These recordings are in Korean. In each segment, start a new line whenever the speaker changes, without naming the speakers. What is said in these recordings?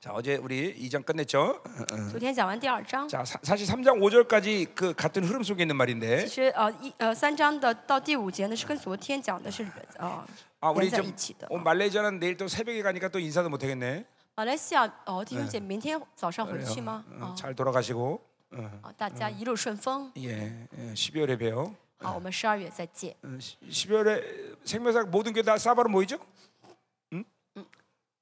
자 어제 우리 2장 끝냈죠.
昨天讲完第二章，
자 사, 사실 3장 5절까지 그 같은 흐름 속에 있는
其
말인데
实呃一呃三章的到第五节呢是跟昨天讲的是呃
아
连
우리
在
좀
一起的。
어, 말레이시아는 내일 또 새벽에 가니까 또 인사도 못 하겠네.
马来西亚哦，弟兄姐，明天早上回去吗？
어,
啊
잘 돌아가시고 어,
啊，大家一路顺
嗯
风。
예, 예 12월에 봬요.
好，我们十二月再见。
어, 시- 12월에 생명사 모든 교회 다 사바로 모이죠?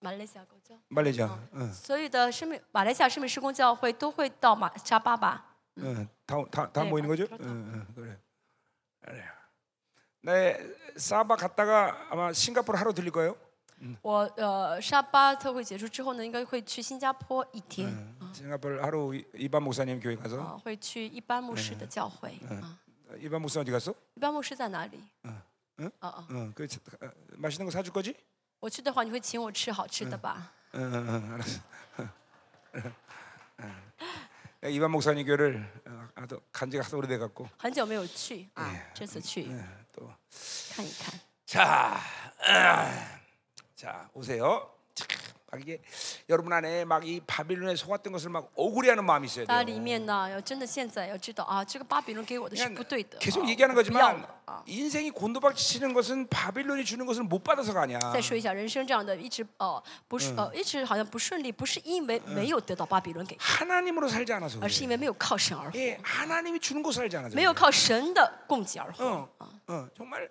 马来西亚公教，
말레이시아. 어,
所有的生命马来西亚生命施工教会都会到马沙巴吧？
어, 다, 다, 다
네,
모이는 거죠?
그렇죠.
어, 어, 그래. 그래. 네, 사바 갔다가 아마 싱가포르 하루 들릴 거예요.
我呃沙巴特会结束之后呢，应该会去新加坡一天
嗯 어. 싱가포르 하루 이- 이반 목사님 교회 가서
啊，会去一般牧师的教会啊。
이반 목사 어디 갔어?
一般牧师在哪里？
嗯
嗯
嗯
嗯嗯，
어, 그 자- 어, 맛있는 거 사줄 거지?
我去的话，你会请我吃好吃的吧？
응, 응, 응, 알았어. 어, 어. 이반 목사님 교회를 어, 하도 간지가 하도 오래돼 갖고
很久没有去啊，这次去
어, 또.
看一看。
자, 아, 자 오세요. 참, 막 이게 여러분 안에 막 이 바빌론에 속았던 것을 막 억울해하는 마음이 있어야
大家
돼요.
里面呢，要真的现在要知道啊，这个巴比伦给我的是不对的，
계속
啊
얘기하는
我不要
거지만
了啊。
인생이 곤도박치는 것은 바빌론이 주는 것을 못 받아서가 아니야.
再说一下，人生这样的一直哦、不是呃一直好像不顺利，不是因为没有得到巴比
嗯
伦给，
하나님으로 살지 않아서 그래.
而是因为没有靠神而活，
예, 하나님이 주는 것을 살지 않아서.
没有靠神的供给而
그래.
活。
어, 어, 정말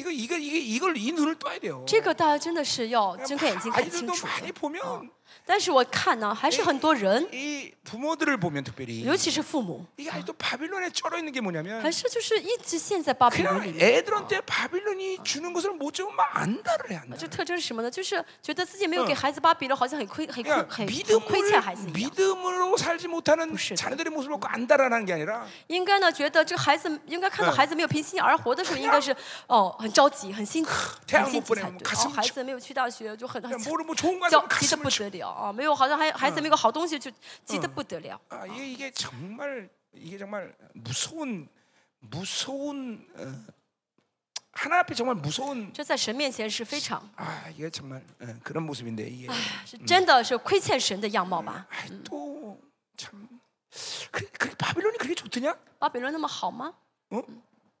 이거 이거 이게 이걸 이 눈을 떠야 돼요.
这个大家真的是要睁开眼睛看清
아이들도
楚
많이
的。
보면
但是我看呢，还是很多人，
이 부모들을 보면 특별히
尤其是父母，
이게 아직도 바빌론에 쩔어 있는 게 뭐냐면
还是就是一直陷在巴比伦
그냥
里面。
애들한테 바빌론이 주는 것을 못 주면 안다를 해 안다.
这特征是什么呢？就是觉得自己没有给孩子巴比伦，好像很亏、很亏、
그러니까
很很
믿음을
亏欠孩子一样。
믿음으로 살지 못하는
부실다.
자녀들의 모습을 보고 안다라는 게 아니라
应该呢，觉得这个孩子应该看到孩子没有平心而活的时候，应该是哦很着急、很心
태양
很心
못
急
보내면
才对。
가슴
哦，孩子没有去大学就很很
그냥 뭐를 뭐 좋은 거
焦
하면
急得
가슴을
不
쳐.
得了啊！没有，好像还孩子没有个好东西就急得不得了。
아, 이게 이게 정말 이게 정말 무서운 무서운 어, 하나 앞에 정말 무서운
这在神面前是非常，
아 이게 정말 어, 그런 모습인데 이게
是真的是亏欠神的样貌吧？
嗯 음. 또참 그, 그 바빌론이 그렇게 좋더냐?
巴比伦那么好吗？
어?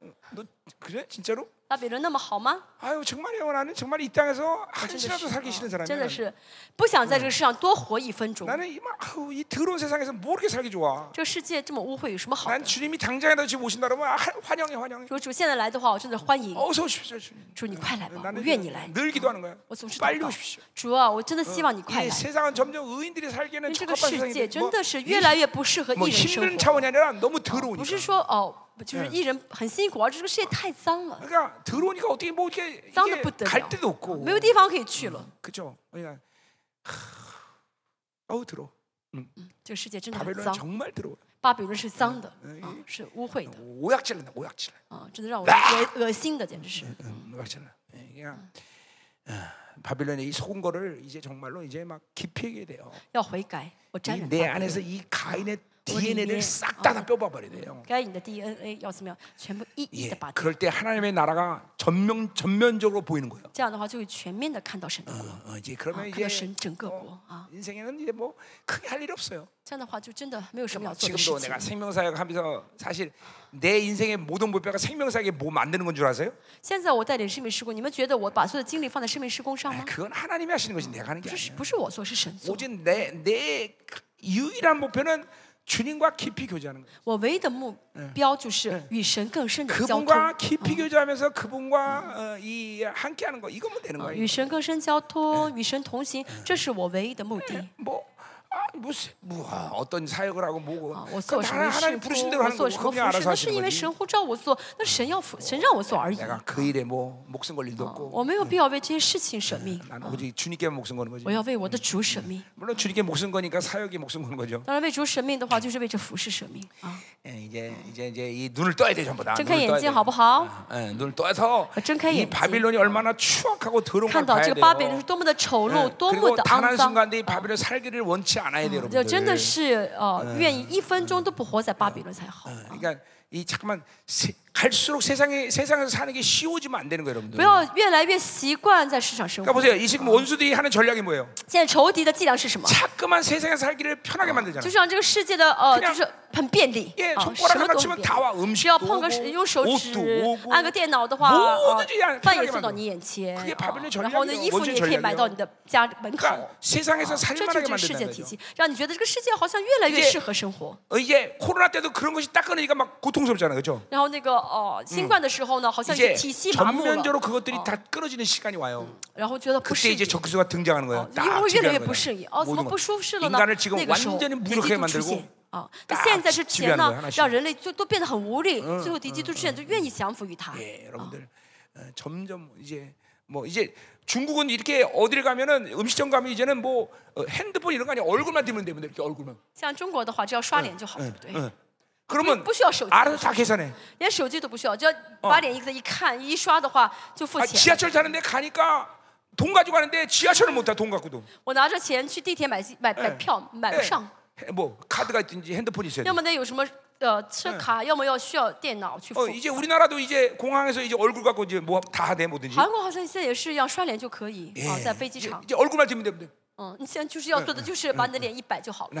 어, 너 그래 진짜로?
巴比伦那么好吗？
아유 정말요 나는 정말 이 땅에서
真的是
한시라도 살기 싫은
啊真
사람이야.
的是不想在这个世上多活一分钟。
나는 이막 이 더러운 세상에서 뭐 이렇게 살기 좋아.
这个世界这么污秽，有什么好的
난 ？ 주님이 당장이라도 지금 오신다 그러면 아, 환영해 환영해.
如果主现在来的话，我真的欢迎
어서 오십시오 주님.
主，你快来吧，我
나는
愿你来。
늘 기도하는 거야.
我总是祷
빨리
告
오십시오.
主啊，我真的希望你快
이
来，
세상은 점점 의인들이 살기에는
因为这个
적합한 뭐
世界
세상이
真的是越来越不适合
뭐
艺人生
힘든
活。
차원이 아니라 너무
不
더러우니까.
是说哦，就是艺人很辛苦，而是这个世界太脏了，
그러니까 더러우니까 어떻게 뭐 이렇게
脏的不
이게
得
갈 데도
了，
없고.
没有地方可以去了。
그죠? 그러니까 하, 어우 더러워.
这个世界真的很
바벨론
脏，
정말 더러워.
巴比伦是脏的啊，是污秽的
오약질 난다. 오약질.
啊，真的让我恶恶心的，简直是。
음, 그렇잖아. 예, 그냥 어, 바빌론의 이 속은 거를 이제 정말로 이제 막 깊이게 돼요.
要悔改，我
이
沾染
내
巴比伦
안에서 이 가인의
우리
DNA를
위에,
싹 다 다 뼈봐버려야 돼요.
该隐的 DNA 要怎么样，全部一一
예,
的拔掉。
그럴 때 하나님의 나라가 전면 전면적으로 보이는 거예요.
这样的话，就会全面的看到神的国，
어, 이제 그러면
看到
이제
神整个国
어,
啊。
인생에는 이제 뭐 크게 할 일 없어요.
这样的话，就真的没有什么要做的事
아, 지금도
情
내가 。 생명사역 하면서 사실 내 인생의 모든 목표가 생명사역에 뭐 만드는 건 줄 아세요?
现在我带领生命施工，你们觉得我把所有的精力放在生命施工上
아,
吗？
그건 하나님이 하시는 것이 내가 하는 게
不是，
아니야.
不是哎我做，是神做。
오직 내, 내 유일한 목표는 주님과 깊이 교제하는 거예요.
我唯一的目标就是与神更深的交通，
그분과 어. 깊이 교제하면서 그분과 어, 이 함께하는 거 이거면 되는
与
거예요.
神更深交通，与神同行，这是我唯一的目的。
뭐 아, 무슨 뭐 아, 어떤 사역을 하고 뭐고
啊，我做
그건
什么
하나,
事
하나님
工，
부르신 대로
我
하는
做
거고
什么
그분이
服饰，
알아서
那是
하시는
因为
거지.
神呼召我做，那神要服，神让我做而已。
내가 그 일에 뭐 목숨 걸 일도
啊
없고
我没有必要为这些事情舍命，
난 오직 주님께만 목숨 거는 거지.
我要为我的主舍命。
물론 주님께 목숨 거니까 사역에 목숨 거는 거죠.
当然，为主舍命的话，就是为这服饰舍命啊！
예, 이제 이제 이제 이 눈을 떠야 돼 전부 다.
睁开
눈을
眼
떠야 돼.
睛好不好？
예, 눈을 떠서
어, 睁开
이
眼睛。
바빌론이 얼마나 추악하고 더러운
看
걸
到
봐야
这个巴比伦是
돼요.
多么的丑
예,
陋，多么
그리고
的
단
肮
한
脏，
순간도 이 바빌론 살기를 원치 않아야 돼요,
就
여러분들.
真的
嗯 예,
是呃，愿意一分钟都不活在巴比伦才好。
그러니까 이 잠깐만 세- 갈수록 세상에 세상에서 사는 게 쉬워지면 안 되는 거예요,
不
여러분들.
要越来越习惯在市场生
그러니까
活。
보세요. 이 지금 원수들이 하는 전략이 뭐예요?
现在仇敌的伎俩是什么？
자꾸만 세상에서 살기를 편하게
就
만들잖아요.
是让这个世界的呃，
그냥
就是很便利
예,
啊，
손가락
什么
하나
都很
치면
便
다
利。
와.
只
음식도
要碰个
오고,
用手
옷도
指
오고.
按个电脑的话，
뭐
啊
든지그냥，
饭
편하게
也送到
만들어
你眼前，
그게바빌론의
啊
전략이
然后呢，
에요
衣服
원수의
你也可以
전략이에요
买到你的家门口。
그러니까 세상에서
这就
살만하게
是
만든다는
这个世界体
거죠.
系，让你觉得这个世界好像越来越
이제
适合生活。
어, 이게 코로나 때도 그런 것이 딱 끊으니까 막 고통스럽잖아요, 그렇죠?
然后那个哦，新冠的时候呢，好像已经
이제
体系麻木了，啊
전면적으로 그것들이 다 끊어지는 시간이 와요.
然后觉得不适
그때
应
이제 。 적수가 등장하는 거예요.
음, 어,
딱
이거 왜
지배하는
이래
거야.
不适应？ 어,
모든
怎么
것.
不舒适了呢？
인간을 지금
那个时候，
완전히
敌
무력하게
基督出
만들고
现啊！
딱
那现在是
지배하는
嗯
거
钱
야
呢
하나씩 ，
让人类就都变得很无力，最后敌基督出现就愿意降服于他。
예, 여러분들 어, 점점 이제 뭐 이제 중국은 이렇게 어디를 가면은 음식점 가면 이제는 뭐 어, 핸드폰 이런 거 아니야 얼굴만 들면 되면 이렇게 얼굴만
像中国的话，只要刷脸就好，对不对？
그러면
뿌- 뿌셔, 쇼.
알아서 다 계산해
连手机都不需要，只要把脸一个一看一刷的话就付
아,
哦啊钱。
지하철 타는데 가니까 돈 가지고 가는데 지하철을 못 타 돈 갖고도
我拿着钱去地铁买买买票，买不上，
예, 뭐 카드가 있든지 핸드폰이 있어야 돼
要么呢有什么呃车卡，要么要需要电脑去付
어, 。 이제 우리나라도 이제 공항에서 이제 얼굴 갖고 이제 뭐다 돼, 뭐든지
韩国好像现在也是一样，刷脸就可以
예,
啊，在飞机
이제,
场。
이제 얼굴만 들면 되면 돼
嗯，你现在就是要做的就是把你的脸一摆就好
나,
了，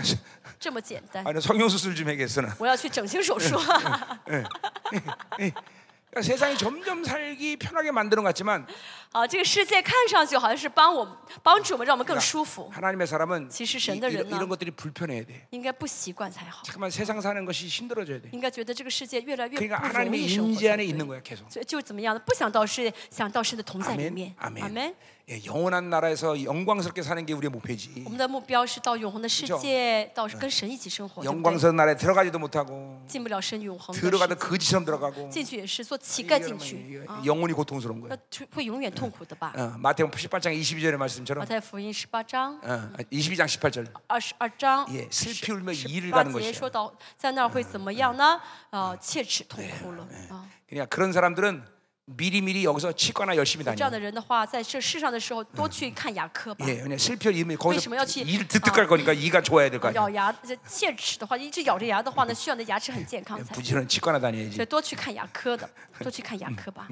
这么简单。
아니 성형수술 좀 해야겠어 나
我要去整形手术。
그러니까 세상이 점점 살기 편하게 만드는 것 같지만
啊，这个世界看上去好像是帮我们帮助我们，让我们更
그러니까
舒服，
하나님의 사람은 이,
지시
이,
신들은
런
나-
이런 것들이 불편해야 돼.
应该不习惯才好，
잠깐만 세상 사는 것이 힘들어져야 돼.
应该觉得这个世界越来越
그러니까
不容
하나님의
易生活
임재
才
안에
对。
있는 거야 계속.
就就怎么样呢？不想到世界，想到神的同在里
아멘.
面。
아멘.
阿门。
예, 영원한 나라에서 영광스럽게 사는 게 우리의 목표지.
我们的目标是到永恒的世
그죠
界，到跟神一起生活，对不对？
영광스러운 나라에 들어가지도 못하고
进不了神永恒的世
들어가도 그
界，
그러니까 거지처럼 들어가고
进去也是做乞
이게
丐进
여러분,
去
이게
啊，
영혼이 고통스러운
那
거예요.
会永远痛苦的吧？
어, 마태복음 18장 22절의
马
말씀처럼
太福音十八章
어, 22장 18절
二十二章
예, 슬피 울며
十
이를
八
가는
节
것이에요.
说到在那儿会怎么样呢？啊，切齿痛哭了啊。
그러니까 그런 사람들은 미리미리 여기서 치과나 열심히
这样
다녀요.
的人的话，在这世上的时候多去看牙科吧
예, 。 그냥 슬피 울면 거기서
왜냐면 역시-
이를 드득할 거니까 이가 좋아야 될 거 아니야.
咬牙这切齿的话，一直咬着牙的话呢，需要你的牙齿很健康才。
부지런 치과나
所
다녀야지.
以多去看牙科的，多去看牙科吧。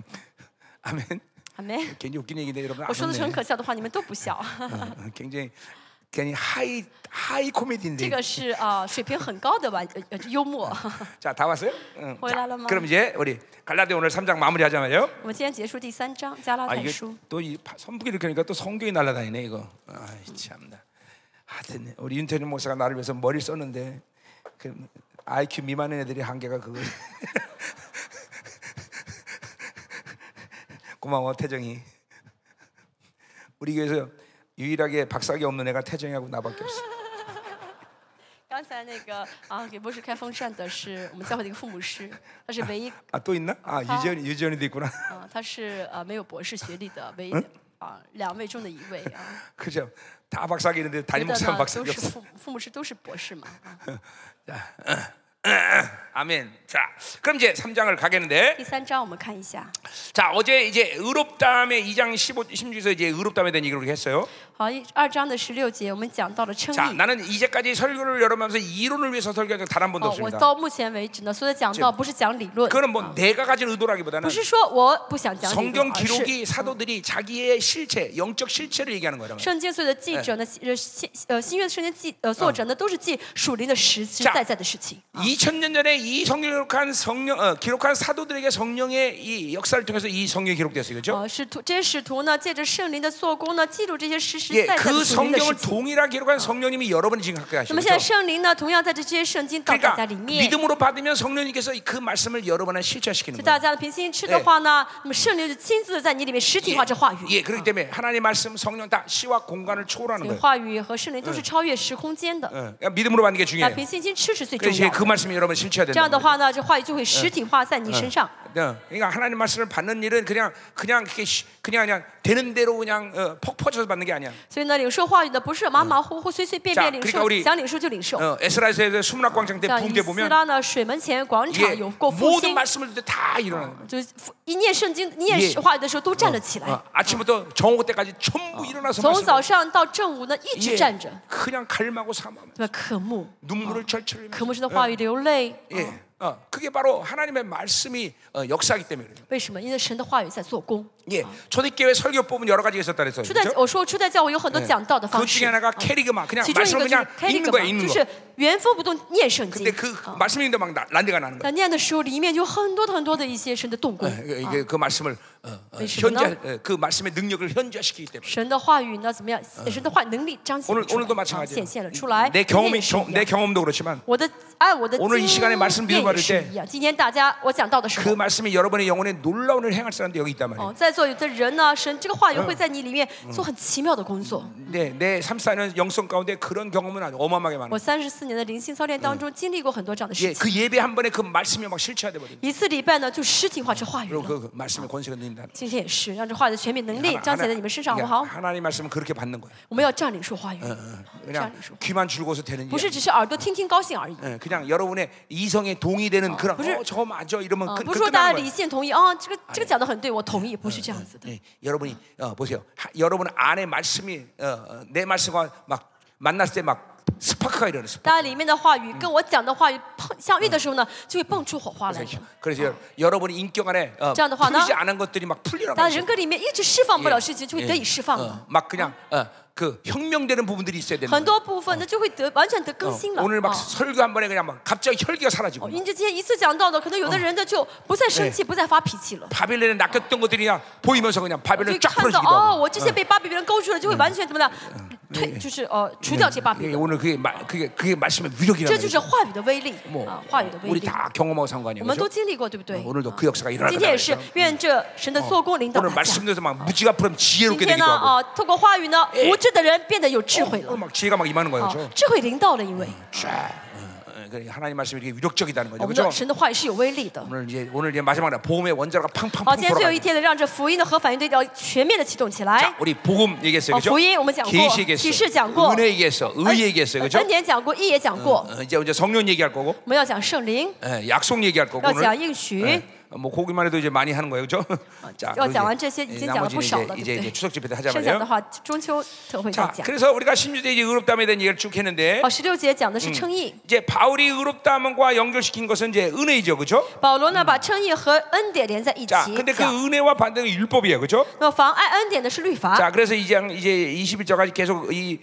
아멘.
好没？
굉장히 웃긴 얘기인데 여러분
我说的是
안
很可笑的话，你们都不笑。
嗯 웃네. 어, 굉장히 굉장히 하이 하이
这
코미디인데.
个是啊、水平很高的吧，呃呃幽默。
자, 다 왔어요? 응.
거의
자,
다 왔나?
그럼 이제 우리 갈라데 오늘 3장 마무리하자마요.
我们今天结束第三章加拉
아,
太
이게
书。
또이 선풍기 이렇게 하니까 또 성경이 날아다니네 이거. 아이 참나. 하여튼 우리 윤태준 목사가 나를 위해서 머리 썼는데 그 IQ 미만인 애들이 한계가 그거. 고마워 태정이. 우리 교회에서 유일하게 박사기 없는 애가 태정이하고 나밖에 없어.
刚才那个啊，给博士开风扇的是我们教会的一个父母师，他是唯一
아 또 있나? 아 유지현 유지현이도 있구나.
啊，他是呃没有博士学历的唯一的啊两位中的一位 啊。
그죠? 다 박사기 있는데
别
담임
的
목사는
呢都
박사기
是
없어.
父父母师都是博士嘛啊。
아멘. 자, 그럼 이제 3장을 가겠는데.
第三章我们看一下，
자 어제 이제 의롭다함의 2장 15, 16에서 이제 의롭다함에 대한 얘기를 그렇게 했어요.
好，一二章的十六节我们讲到了称
자
义。
나는 이제까지 설교를 열어면서 이론을 위해서 설교한 적 단 한 번도
哦，我
없습니다.
到目前为止呢，所有的讲到不是讲理论，
그거는 뭐 내가 가진 의도라기보다는
不是说我不想讲理论，
성경
而是
기록이 사도들이 자기의 실체, 영적 실체를 얘기하는 거란 말이에요.
圣经所有的记者呢，呃新呃新约圣经记呃作者呢，都是记属灵的实实
자
在在的事情。
아. 2000년 전에 이 성경 기록한 성령 어, 기록한 사도들에게 성령의 이 역사를 통해서 이 성경이 기록됐어요. 그렇죠?
呃，使徒这些使徒呢，借着圣灵的做工呢，记录这些实实
예,
在在
그
的属灵的事
성경을
情。
동일하게 기록한 성령님이 여러분이 지금 갖고
那
계시죠.
么现在
어. 그렇죠?
圣灵呢，同样在这些圣经到大
그러니까
家里面，所
믿음으로 받으면 성령님께서 그 말씀을 여러분에 실체시키는
以
거예요.
大家凭信吃的话呢，那么圣灵就亲自在你里面实体化这话语。
예, 그렇기 때문에 하나님 의 말씀, 성령 다 시와 공간을 초월하는
所以
거예요.
话语和圣灵都是超越时空间的。
예, 그러니까 믿음으로 받는 게
那
중요해요.
凭信心吃是最重
그래서
要
이제 그
的。
말씀이 여러분 실체가
这样
된다.
的话呢，这话语就会实体化在你身上。
그러니까 하나님 말씀을 받는 일은 그냥 그냥 그게 그냥 그냥 되는 대로 그냥 어, 퍽 퍼져서 받는 게 아니야.
所以呢，领受话语的不是马马虎虎、随随便便
자
领
그러니까
受
우리 ，
想领受就领受。
어, 에스라에서 수문학 광장 때
像
부흥 때
以斯
보면
拉呢，水门前广场
이게
有过复
모든
兴，
말씀을 듣때 다 일어나는
就是一念圣经、念话语的时候都站了起
거예요.
来，
어, 아침부터 정오고 때까지 전부 일어나서
从
말씀.
早上到正午呢一直
이게
站着，
그냥 갈망하고 삼아
对吧？渴慕，
눈물을 철철 흘리면서
嗯渴慕神的话语流泪。
예. 어, 그게 바로 하나님의 말씀이 어, 역사하기 때문에 그래요.
为什么？因为神的话语在做工。
예, 초대교회 설교법은 여러 가지가 있었다 그랬어요.
初代
그죠?
我说初代教会有很多讲道的
嗯 그
方
중에
式，嗯
하나가 캐리그마, 그냥
其中一
말씀을
个就是
그냥
k a
읽는 거야, 읽는 거.
就是原封不动念圣经
근데 。그
啊
말씀 읽는데 막 나- 난데가 나는 거야.
但念的时候，里面有很多很多的一些神的动工。
예, 이게 이게 그 말씀을 어, 어,
왜
현재
그러나?
예, 그 말씀의 능력을 현재화시키기 때문에.
神的话语呢，怎么样？神的话能力彰
嗯
显
오늘
出
오늘도
来，啊
마찬가지예요.
显现了出来。
내 경험이
也是一
경-
样
내 경험도 그렇지만
我的按我的
오늘이
经
시간에말씀드리고가
验
를
也
때
是一样。今天大家我讲到的时
그
候，
말씀이 여러분의 영혼에 놀라운 일을 행할 사람도 여기 있단 말이에요.
哦，在座有的人呢，神这个话语
嗯
会在你里面做很奇妙的工作。
네, 내 34년 영성 가운데 그런 경험은 아주 어마어마하게 많아요.
我三十四年的灵性操练当
嗯
中，经历过很多这样的
예,
事情。
그 예배 한 번에 그 말씀이 막 실체화돼 버리고
一次礼拜呢，就实体化这话语
그리고
了。
그, 그 말씀의 권세가 느린다. 그러니까
今天也是，让这话语的权柄能力彰显在你们身上，好不好？
하나님 말씀은 그렇게 받는 거예요.
我们要占领说话语，
어, 그냥
占领说，
귀만 줄고서 되는
不
일이
是只是耳朵听听高兴而已。
예, 그냥 여러분의 이성에 동의되는 그런
무슨-
어, 저거 맞아 이러면
啊，
끝,
不是说
끝나는
大家
거예요.
理性同意啊，这个这个讲的很对，我同意，不是这样子的。
예, 여러분이 어, 보세요. 하, 여러분 안에 말씀이 어, 어, 내 말씀과 막 만났을 때 막 스파크가 일어나 스파크.
大家里面的话语跟我讲的话语碰相遇的时候呢，就会蹦出火花来的。
그래서 여- 여러분이 인격 안에 어,
자, 근데 화나?
풀리지 않은 것들이 막 풀리라고 예.
大家人格里面一直释放不了事情，就会得以释放了。
어, 막 그냥 어, 그 혁명되는 부분들이 있어야 되는
很
거예요.
多部分呢就会得完全得更新了。
오늘 막
啊
설교 한 번에 그냥 막 갑자기 혈기가 사라지고
哦因为今天一次讲到的，可能有的人呢就不再生气，不再发脾气了。
바빌론에 낚였던 것들이 그냥 보이면서 그냥
就
바빌론
会
쫙
看到
풀어지기도 아, 하고.
哦，我这些被巴比伦勾住了，就会完全怎么的退，就是呃除掉这巴比
이게
伦。
예, 오늘 그게 마, 그게 그게 말씀의 위력이라는
这就是
거
话语的威力
뭐
啊，话语的威
우리
力。嗯
다 경험하고 산거
我
아니에요?
们
그죠?
都经历过，对不对？
오늘도 그 역사가 일어날
今
거다
天也是
말이죠. ，
愿这神的做工领导
오늘
大家。
말씀드려서 막 무지가 풀면
今
지혜롭게
天
되기도
呢，
하고
啊，透过话语呢，无知的人变得有智慧
오늘
了，
막 지혜가 막 임하는 거예요.
啊
그렇죠? ，
智慧临到了，因为
쫙. 어, 어, 그러니까 하나님 말씀이 이렇게 위력적이다는
我
거죠.
们的
그렇죠?
神的话语嗯是有威力的。
오늘 이제 오늘 이제 마지막 날 보험의 원자로가
好，
팡팡팡
今天最后一
돌아가요.
天呢，让这福音的核反应堆要全面的启动起来哎
자, 。 우리 복음 얘기했어요.
어,
그죠?
보이, 오늘 讲过,
계시 얘기했어.
启示讲过.
은혜 얘기했어. 의 얘기했어요.
恩
그죠?
恩典讲过，嗯义也讲过，
어, 이제 이제 성령 얘기할 거고.
我们要讲圣灵，
예, 약속 얘기할 거고
要讲哎
오늘
应许
예, 。뭐 고기만 해도 이제 많이 하는 거예요, 그렇죠? 자,
어,
그리고
讲完这些已经
예,
讲了
나머지는
不少了，
이제, 이제
对不对？
이제 추석 집회 때 하자
剩下的
말이에요.
话，中秋特会再
자,
讲。
그래서 우리가 심지어 이제 의롭다함에 대한 얘기를 쭉 했는데
好，十六节讲的是称义。
이제 바울이 의롭다함과 연결시킨 것은 이제 은혜이죠, 그렇죠?
保罗呢，把称义和恩典连在一起
자, 근데 그
讲。
은혜와 반대는 율법이에요, 그렇죠?
那么妨碍恩典的是律法。
자, 그래서 이제 이제 21절까지 계속 이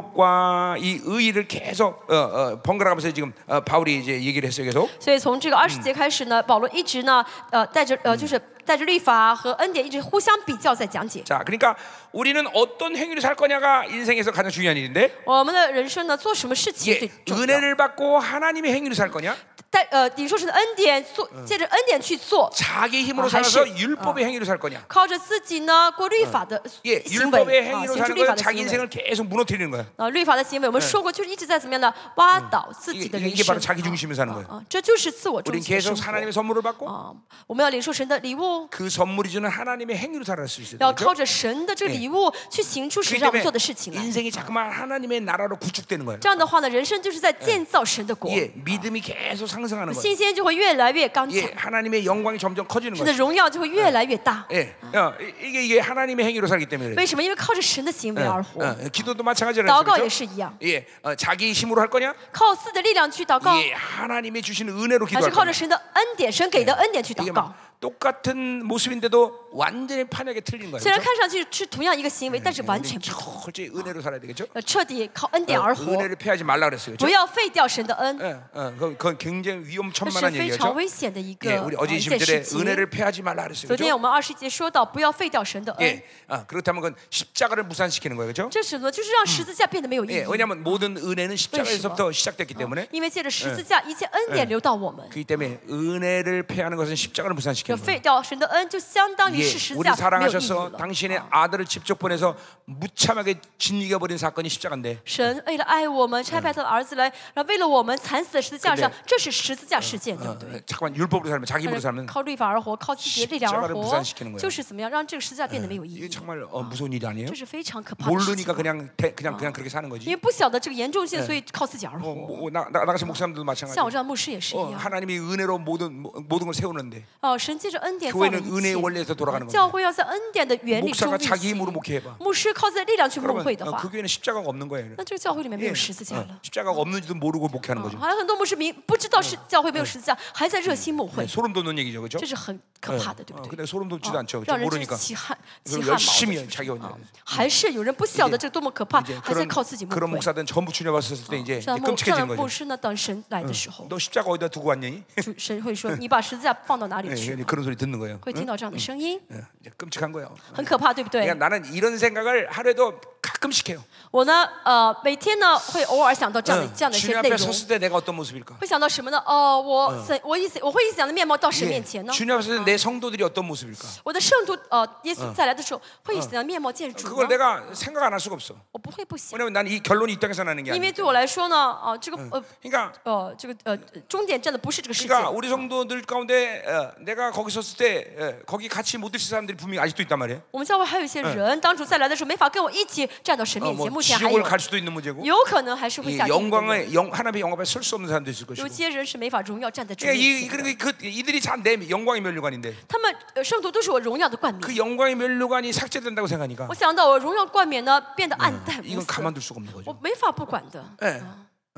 율법과 이 의의를 계속 어, 어, 번갈아가면서 지금 어, 바울이 이제 얘기를 했어요, 계속.
所以从这个二十节开始呢，保罗一直呢，呃，带着呃，就是带着律法和恩典一直互相比较在讲解。
자, 그러니까 우리는 어떤 행위를 살 거냐가 인생에서 가장 중요한 일인데
我们的人生呢，做什么事情
예,
最重要？
은혜를 받고 하나님의 행위를 살 거냐?
带呃，你说是恩典做，借着恩典去做，
자기 힘으로
어, 사실-
살아서 율법의 행위를 살 거냐?
靠着自己呢过律法的
예,
行为
율법의
啊，
행위로
行出
사는
律法
거는
的
자기
行为
인생을 계속 무너뜨리는 거야.
啊，律法的行为我们说过，就是一直在怎么样的挖倒自己的
이게,
人
이게
生
바로 자기 중심으로 사는 거예요.
啊，这就是自我中
우리는
心的
계속
生活
하나님의 선물을 받고
啊。我们要领受神的礼物，
그 선물이 주는 하나님의 행위로 살아갈 수 있어요.
要
그렇죠?
靠着神的这个礼物去行出神
그렇기
让我们做的
때문에
事情来。
인생이 어. 자꾸만 하나님의 나라로 구축되는 거예요.
这样的话呢，人生就是在建造神的国，
예, 믿음이 계속 상승하는 거예요.
信心就会越来越刚
예,
强，
하나님의 영광이 점점 커지는
神的
거예요.
荣耀就会越来越大。
예, 어, 이- 이게 이게 하나님의 행위로 살기 때문에
为
그래요.
什么？因为靠着神的行为
어,
而活，
어, 기도도 마찬가지라는
祷告也
거죠.
是一样，
예, 어, 자기 힘으로 할 거냐?
靠自己的力量去祷告，
예, 하나님이 주시는 은혜로
还
기도할
是靠着
거냐?
神的恩典，神给的恩典去
이게
祷告。
막 똑같은 모습인데도 완전히 판약에 틀린 거예요.
虽然
그렇죠?
看上去是同样一个行为，但是完
우리는
全不同，
철저히 은혜로 살아야 되겠죠?
要彻底靠恩典
어,
而活，
은혜를 폐하지 말라 그랬어요.
不
그렇죠?
要废掉神的恩，
예, 어, 그건, 그건 굉장히
这是
위험천만한
非常
얘기죠.
危险的一个
예, 우리
呃
어제
一件事
20절에
情。
은혜를 폐하지 말라 그랬어요.
昨天
그렇죠?
我们二十节说到，不要废掉神的恩，
예, 아, 그렇다면 그건 십자가를 무산시키는 거예요. 그렇죠?
这什么？就是让十字架变得没有意
예,
义。
왜냐하면 모든 은혜는 십자가에서부터 시작됐기 때문에
因为借着十字架，一切恩典流到我们。
그렇기 때문에 은혜를 폐하는 것은 십자가를
这
무산시키는 거예요.
废掉神的恩，就相当于
예,
是十字
우리
架没有意义
사랑하셔서
了。
당신의 아들을 직접 보내서 무참하게 짓이겨 버린 사건이 십자가인데
神为了爱我们，差派他的儿子
嗯
来，然后为了我们惨死在十字架上
근데 ，
这是十字架事件，对
어,
不对？
잠깐만 율법으로 살면 자기
但
힘으로
是
살면
靠律法而活，靠自己的力量而
십자가를무산시키는거예요
活，就是怎么样让这个十字架变得没有意
이게
义，
정말 어, 무서운 일이 아니에요?
这是非常可怕的事
모르니까
情。
그냥 대- 그냥 그냥 그렇게 사는
因
거지.
为不晓得这个严重性，
嗯
所以靠自己而
어,
活。
뭐, 나, 나, 나 같이 목사님들도
像我
마찬가지.
这样的牧师也是
어,
一样，
하나님이 은혜로 모든 모- 모든 걸 세우는데
哦，神神借着恩典造了
교회는 은혜의
一
원리에서 돌아가는
切。教
겁니다.
会要在恩典的原理中
목사가
运
자기
行
힘으로。 목회해봐.
牧师靠自己的力量去牧
그러면
会的
어,
话
그， 교회는 십자가가 없는 거예요.
那这个教会里面没
예,
有十字架
어,
了。
십자가가 없는지도 모르고 목회하는 거죠.
好像很多牧师明不知道是教会没有十字架，还在热心牧
네,
会，
소름 돋는 얘기죠, 그렇죠?
这是很可怕的，对不
어,
对？
근데 소름 돋지도
啊
않죠,
让
그렇죠?
人就是
모르니까
起汗、起
그걸
汗毛
열심히 해요, 자기 혼자.
的。还是有人不晓得这多么可怕，
이제
还在
그런
靠自己牧
그런
会。
목사들은 전부 추려봤을 때 이제
这样牧这样
끔찍해지는
的牧
거죠. 嗯
师呢，等神来的时候，
너 십자가 어디다 두고 왔니?
主神会说：“你把十字架放到哪里
예,
去
이제 ？” 그런 소리 듣는 거예요.
会听到这
嗯
样的声音，
예, 이제 끔찍한 거예요.
很可怕，对不
그러니까
对？
나는 이런 생각을 하루에도 가끔씩 해요.
我呢，呃，每天呢会偶尔想到这样的
응.
这样的一些
어, 주님
内
앞에
容，
섰을 때 내가 어떤 모습일까?
会想到什么呢？哦，我怎我一我会一想的面貌到神
예.
面前呢？
그 주님 앞에 섰을 때 내 성도들이 어떤 모습일까?
我的圣徒，呃，耶稣再来的时候，会以怎样面貌见主
그걸
呢？
내가 생각 안 할 수가 없어.
我不会不想，
왜냐면 난 이 결론이 이 땅에서 나는 게
因为
아니야.
对我来说呢，啊、这个呃
그러니까
呃，这个呃，终点站的不是这个啊世界。
그러니까 우리 성도들 가운데 어, 내가 거기 섰을 때 어, 거기 같이 못 있을 사람들이 분명히 아직도 있단 말이에요.
我们教会还有一些人，当主再来的时候没法跟我一起站到神
어
面前，
뭐
目前还有
지옥을 ，갈 수도 있는 문제고
有可能还是会
이
下地狱的人
영광의 영, 하나님의 영광에 설 수 없는 사람도 있을
有
것이고
些人是没法荣耀站在主
그러니까
面
이,
前的。
그, 그, 이들이 참 내 영광의 면류관인데
他们呃圣徒都是我荣耀的冠冕。
그 영광의 면류관이 어, 삭제된다고 생각하니까
我想到我荣耀冠冕呢变得暗淡无
이건
色，
가만둘 수가 없는
我
거죠
没法不管的。
예.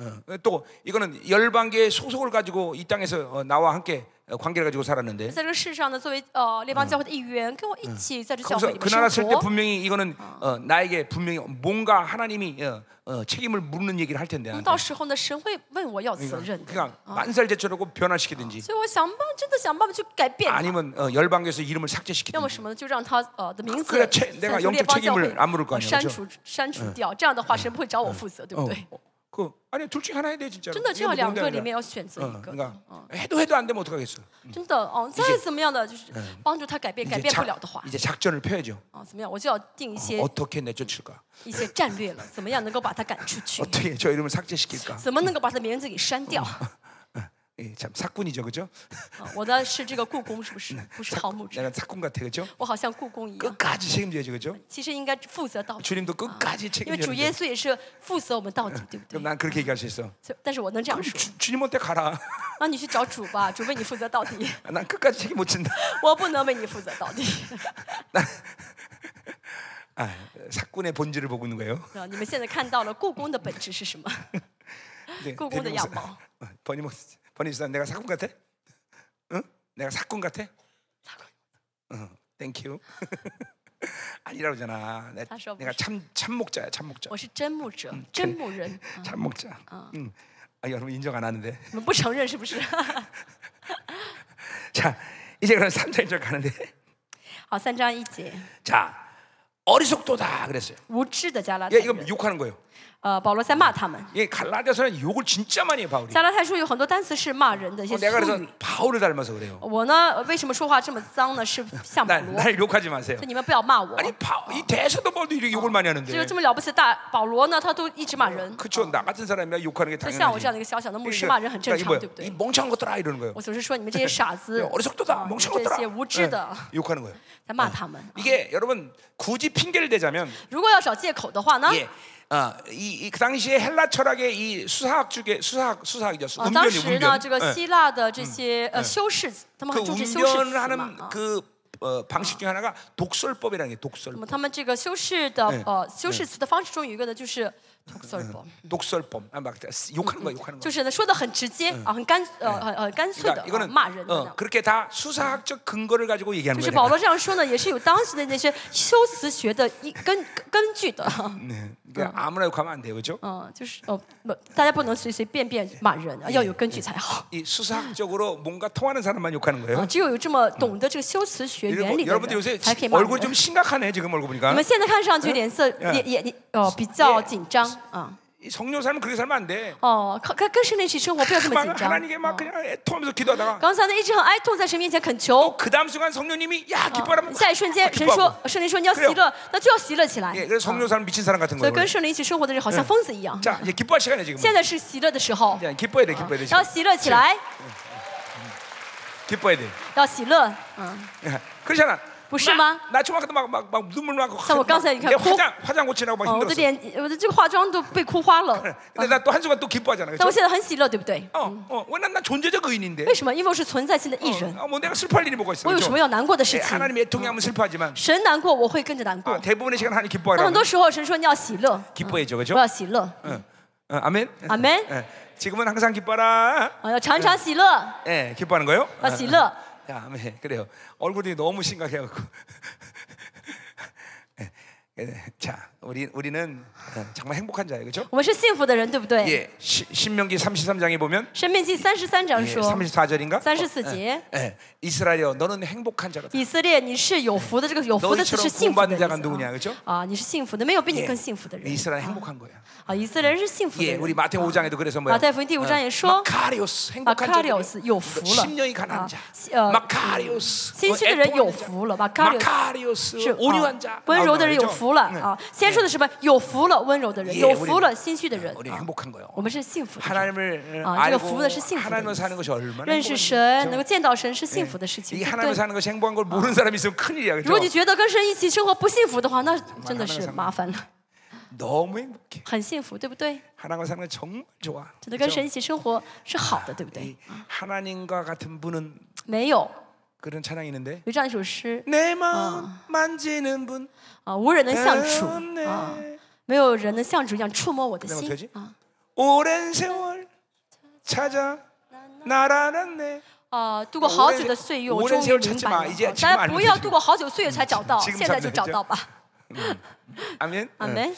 어, 또 이거는 열방계의 소속을 가지고 이 땅에서 어, 나와 함께 어, 관계를 가지고 살았는데
在这个世上呢，作为
嗯
呃列邦教会的一员，跟我一起在这教会
거기서
里
그 나라
面
설
生
때
活。
분명히 이거는 어, 나에게 분명히 뭔가 하나님이 어, 어, 책임을 묻는 얘기를 할 텐데
嗯
나한테.
到时候呢，神会问我要责任的。
그러니까 만살제처럼 변화시키든지
所以我想办，真的想办法去改变它。
아니면 어, 열방계에서 이름을
要么
삭제시키든지
什么呢？就让他呃的名字
그래야채내가
在
영적
列邦教
책임을
会
안 물을 거
呃
아니에요
删
그죠
除删除掉。这样的话，神不会找我负责，对不
어,
对？
어, 그 아니 둘 중에 하나 해야 돼 진짜로
真的，
이게
这样
뭐
两个
농담이
里
아니라.
面要选择
어,
一个。
그러니까 해도 해도 안 되면 어떡하겠어
真的哦，再怎么样的就是帮助他改变，改
이제,
变不
작,
了的话，
이제 작전을 펴야죠
啊，怎么样？我就要定一些
어떻게 내쫓을까
一些战略了，怎么样能够把他赶出去？
어떻게 저 이름을 삭제시킬까
怎么能够把他的名字给删掉？
예, 참 사꾼이죠 그죠
啊，我呢是这个故宫，是不是？不是桃木之，
내가 사꾼 같아 그죠
我好像故宫一样，
끝까지 책임져야죠 그죠
其实应该负责到底，
아, 주님도 끝까지
因为主
책임져야
耶稣也是负责我们到底，对不对
그럼 ？난 그렇게 얘기할 수 있어
所以但是我能这样说，
주, 주님한테 가라
那你去找主吧，主为你负责到底，
난 끝까지 책임 못 진다
我不能为你负责到底。
아, 사꾼의 본질을 보고 있는 거예요
啊，你们现在看到了故宫的本质是什么？
근데
꾸꾸는
네, 대리목사-
양보.
어, 버니목 버니사 내가 사꾼 같아? 응? 내가 사꾼 같아? 어, 응. 땡큐. 아니라 그러잖아. 내,
다 써보시죠. 어,
내가 참 참목자야, 참목자.
我是真牧者，真牧人，
참목자.
어.
응. 아, 여러분 인정 안 하는데.
你们不承认是不是？
자, 이제 그럼 3절 1절 가는데.
好，三章一节，
자, 어리석도다 그랬어요.
无知的加拉太
예, 이거
人，
욕하는 거예요.
呃，保罗在骂他们。
이 갈라디아서는 욕을 진짜 많이 해요, 바울이.
加拉太书有很多单词是骂人的一些
어, 내가
俗
그래서
语。
바울을 닮아서 그래요.
我呢，为什么说话这么脏呢？是像保
날
罗，所
날 욕하지 마세요.
以啊你们不要骂我。
아니, 바, 이 대사도 바울도 이렇게 욕을 많이
这个
하는데.
这么了不起的大保罗呢，他都一直骂人，
그렇죠. 나 같은 사람이야 욕하는 게
就像我
당연하지.
这样的一个小小的牧师
그러니까-
骂人很正
그러니까
常，
이거야.
啊对不
이
对？
멍청한 것들아 이러는 거예요.
我总是说你们这些傻
야,
子，
어리석도다,
你们
멍청한
这些
것들아.
无知的
예, 욕하는 거예요.
在骂他们。
이게 여러분 굳이 핑계를 대자면
如果要找借口的话呢，啊
예, 어, 이, 이그 당시에 헬라 철학의 이 수사학 쪽에 수사학 수사학이죠.
啊，
운변이
当时呢，
운변.
这嗯个
예.
希腊的这些呃修饰，他们
그
很重视修饰词
운변을
嘛
하는
啊。
그 어, 방식 중에 하나가 독설법이라는 게
那
독설법.
么他们这个修饰的
嗯
呃修饰词的方式中有一个呢，就是 t o x e r b
독설법. 아, 막 욕하는 거야, 욕하는 거.
就是呢说的很直接啊，很干呃很很干脆的
그러니까
啊
이거는
骂人的
어,
呢。
그렇게 다 수사학적 근거를 가지고 얘기하는
就是
거예요.
保罗这样说呢，也是有当时的那些修辞学的一根根据的。
네. 그러니까 아무나 욕하면 안 돼요, 그렇죠?
嗯，就是哦，不，大家不能随随便便骂人，要有根据才好。
이 수사학적으로 뭔가 통하는 사람만 욕하는 거예요.
啊，只有有这么懂得这个修辞学原理
여러분, 여러분들
的人
요새
才可以骂人。
얼굴 좀 심각하네 지금 얼굴
你
보니까
们现在看上去脸色也也也哦比较紧张啊。
이 성령 삶은 그렇게 살면 안돼
哦，靠，跟跟神的一起生活，不要这么紧
막
张。嗯
하나님께 막 어. 그냥 애통하면서 기도하다가
刚才呢一直很哀痛，在神面前恳求。
그 다음 순간 어. 성령님이 야 기뻐라
下一瞬间，神说，圣灵说你要喜乐，那就要喜乐起来。嗯
예, 그래서 성령 삶은 미친 사람 같은
所以
거예요
跟圣灵一起生活的人好像疯子一样。
자, 이제 기뻐할 시간이야 지금
现在是喜乐的时候，
자, 기뻐해야 돼 기뻐해야 돼
要
지금.
喜乐起来，
기뻐해야 돼
要喜乐。嗯，
예, 그렇잖아
不是吗？
나 초막도 막막 막 눈물 나고
자, 뭐 깜짝이야.
내 화장 화장 고치라고 막
哦，我的
힘들었어.
脸，我的这个化妆都被哭 花了。
근데 나 또 한 순간 또 기뻐하잖아.
但我
그렇죠?
现在很喜乐，对不对？
어, 어, 왜난나 존재적 의인인데.
为什么？因为我是存在性的艺人，
어, 뭐 내가 슬퍼할 일이 뭐가 있어?
我有什么要
그렇죠?
难过的
예,
事情？
하나님 애통하면 슬퍼하지만
神难过，我会跟着难
아,
过。
대부분의 시간 하나님
那很
기뻐하라고.
多时候，神说你要喜乐，
기뻐해줘,
我
그렇죠?
要喜 乐，
응. 어, 아멘.
아멘.
예, 지금은 항상 기뻐라.
啊，要常常喜乐，
예, 기뻐하는 거요?
要喜乐。
야, 아멘. 그래요. 얼굴이 너무 심각해갖고. 예, 예, 자, 우리 우리는 어, 정말 행복한 자예요, 그렇죠?
我们是幸福的人，对不对？
예, 시, 신명기 33장에 보면
生命记三十三章
예,
说，
34절인가?
三十四节，嗯
예, 이스라엘여, 너는 행복한 자로다.
以色列，你是有福的，这个有福的词是幸福的意思
너희처럼구원받은자가누구냐그죠
啊，啊你是幸福的，没有比你
예,
更幸福的人
이스라엘 행복한 거야.
啊，以色列人是幸福的
예,
人。啊
우리 마태 5장에도 그래서 뭐야?
마태 福音第五章也说
마카리오스 행복한 자.
마카리오스, 有福了。
심령이 가난한 자.
아, 시- 어,
마카리오스.
음. 신실한
어,
有福了, 마카리오스. 어,
마카리오스.
是啊
온유한 자.
温柔的人
나오는
有
거죠?
福了
응.
啊！先说的什么？有福了，温柔的人；
예
有福
우리
了，心虚的人
우리
啊！
행복한 거예요.
我们是幸福的人
하나님을
어. 아,
알고
우리가 服的是幸福的
하나님을
意思。
사는 것이 얼마나
认识
행복한지.
神，能够见到神是幸福的事情。
이게
对不
하나님을
对
사는 것이 행복한 걸
어.
모르는 사람이 있으면 큰일이야,
如果
그렇죠?
你觉得跟神一起生活不幸福的话，那真的
하나님을
是
사는
麻烦了。
너무 행복해.
很幸福，对不对？
하나님과 사는 건 정말 좋아.
觉得跟
그렇죠?
神一起生活是好的，对不对
이 ？ 하나님과 같은 분은
没有
그런 찬양이 있는데
有这样一首诗
내 마음 만지는 분
啊，无人能像主啊，
때문에
没有人能像主一样触摸我的
那么特技
心啊
오랜 세월 찾아 나라는 내
啊！度过好久的岁月，
无
我
人
终
无
于
人찾지
明
마
白了
이제。
啊大
지금알면
家不要
되지
度过好久岁月才找到，
지금
现在就
찾는
找到
거죠.
吧。
아멘.
阿门。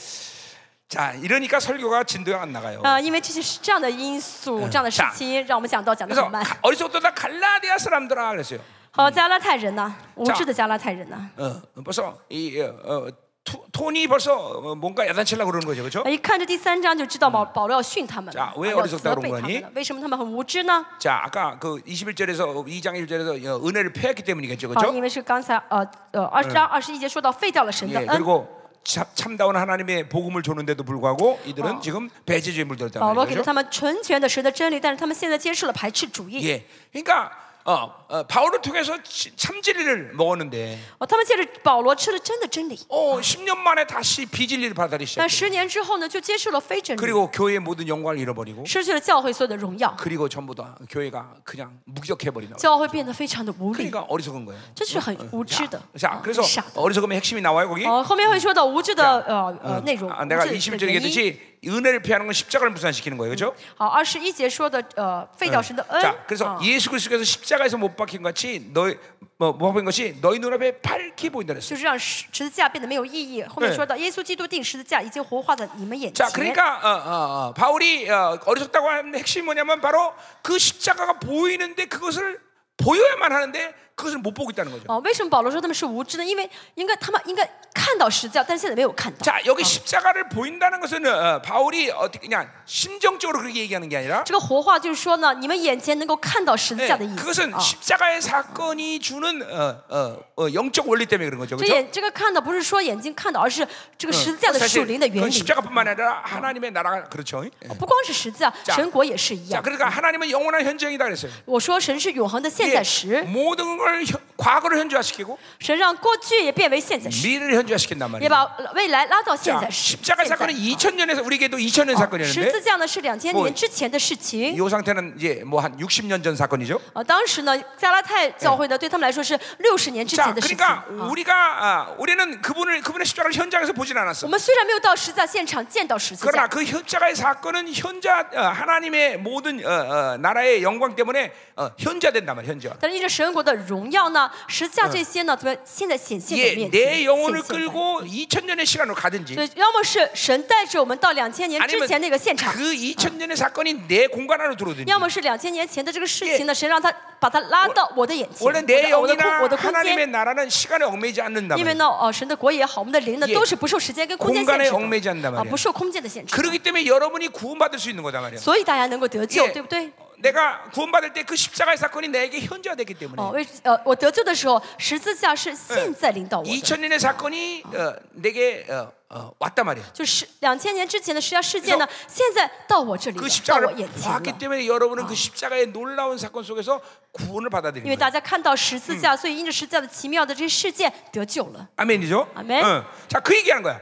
자, 이러니까 설교가 진도가 안 나가요.
啊，因为这些是这样的因素、这样的事情，让我们讲到讲得
그래서
很慢。
가- 어리석도다 갈라디아 사람들아 그랬어요.
好，加拉太人呐，无
자
知的加拉太人呐，
어, 벌써 이 어, 어, 투- 톤이 벌써 어, 뭔가 야단치려고 그러는 거죠. 그렇죠?
哎一看这第三章就知道保保罗要训他们了，
자왜 어리
啊要
석
责
다그런
备他
거니
们了。为什么他们很无知呢？
자, 아까 그 21절에서 2장 1절에서 어, 은혜를 폐했기 때문이겠죠.
好，
그렇죠?
因为是刚才呃呃二十章二十一节说到废掉了神的
예,
恩。
그리고 참, 참다운 하나님의 복음을 줬는데도 불구하고 이들은
어.
지금 배제주의 물들었다는
保罗
거죠.
给
그렇죠?
了他们纯全的神的真理，但是他们现在接受了排斥主义。
예, 그러니까 어, 어, 바울을 통해서 치- 참진리를 먹었는데
哦，他们借着保罗吃了真的真理，
어, 10년 만에 다시 비진리를 받아들이기 시작해요.
但十年之后呢，就接受了非真理，
그리고 교회의 모든 영광을 잃어버리고
失去了教会所有的荣耀，
그리고 전부 다 교회가 그냥 무기력해버리는 거예요.
教会变得非常的无力，
그러니까 어리석은 거예요.
这是很无知的
자, ，자
啊很
그래서
傻的。
어리석음의 핵심이 나와요 거기.
哦，后面会说到无知的呃呃内容，
아,
无
내가
知的
21절에
原因。
얘기했듯이 은혜를 피하는 건 십자가를 무산시키는 거예요, 그렇죠?
好，二十一节说的呃
嗯
废掉神的恩，
자, 그래서
啊
예수 그리스도께서 십자가에서 못 박힌 같이 너희 뭐, 못 박힌 것이 너희 눈앞에 밝히 보인다 그랬어요.
就是让十十字架变得没有意义。后面
对
说到耶稣基督定十字架已经活化在你们眼
자,
前。
그러니까 어, 어, 어, 바울이 어, 어리석다고 하는 핵심이 뭐냐면 바로 그 십자가가 보이는데 그것을 보여야만 하는데 그것을 못 보고 있다는 거죠.
哦，为什么保罗说他们是无知呢？因为应该他们应该看到十字架，但是现在没有看到。
자, 여기 십자가를 보인다는 것은 어, 어, 바울이 어떻게 그냥 심정적으로 그렇게 얘기하는 게 아니라
这个活化就是说呢，你们眼前能够看到十字
네,
架的意思
그것은
啊。
십자가의 사건이 주는 어, 어, 어, 영적 원리 때문에 그런 거죠.
这
그렇죠?
眼这个看到不是说眼睛看到，而是这个十字架的属
사실
灵的原
그
理，
십자가뿐만 아니라 하나님의 나라가 그렇죠. 예.
不光是十字架，
자
神国也是一
자,
样。
그러니까 하나님은 영원한 현장이다 그랬어요.
我说神是永恒的现
예,
在时，
모든 걸 현- 과거를 현주화시키고
神让过去也变为现在时，
미래를 현주화시킨단 말이에요.
也把未来拉到现
자,
在时。
십자가
现在
사건은 2000년에서 우리에게도 2000년
十
사건이었는데
字架呢是两千
뭐
年之前的事情。
이 상태는 이제 뭐 한 60년 전 사건이죠.
啊，当时呢，加拉太教会呢，对他们来说是六十年之
자,
前的事情。
그러니까
啊
우리가 아, 우리는 그분을 그분의 십자가를 현장에서 보진
我
않았어.
们虽然没有到十字架现场见到十字
그러나
架，
그 십자가의 사건은 현자 어, 하나님의 모든 어, 어, 나라의 영광 때문에 어, 현자된단 말이야, 현자.
但是依着神国的荣耀呢，十字架这些呢，怎么现在显现在
예,
面
내
前？
영혼을
显现在
끌고 2000년의 시간으로 가든지
对，要么是神带着我们到两千年之
아니면
前那个现场，
그 2000년의 사건이 내 공간 안으로 들어오든지
要么是两千年前的这个事情呢，神让他把他拉到我的眼前，我
원래 내
的我的空我
영이나
的空
하나님의
间。
나라는 시간에 얽매이지 않는다
因为
말이야
呢，哦，神的国也好，我们的灵呢，
예
都是不受时间跟空间限
공간에얽매이지
制
않는단
的，
말이야
啊，不受空间的限制，
그렇기 때문에 여러분이 구원받을 수 있는 거다 말이야
所以大家能够得救，对不对？
어, 내가 구원받을 때 그 십자가의 사건이 내게 현저화됐기
哦，
때문에
为呃，我得救的时候，十字架是现在领导我的，
2000년의 사건이 어, 내게 어, 어, 왔단 말이야.
就是两千年之前的十架事件呢，现在到我这里
그
了，到我
십자가를
眼前了
봤기 。 때문에 여러분은 그 십자가의 놀라운 사건 속에서 구원을
因为
받아들이는 거예요.
大家看到十字架，所以因着十字架的奇妙的这些事件得救了。
아멘이죠?
아멘.
어. 자, 그 얘기하는 거야.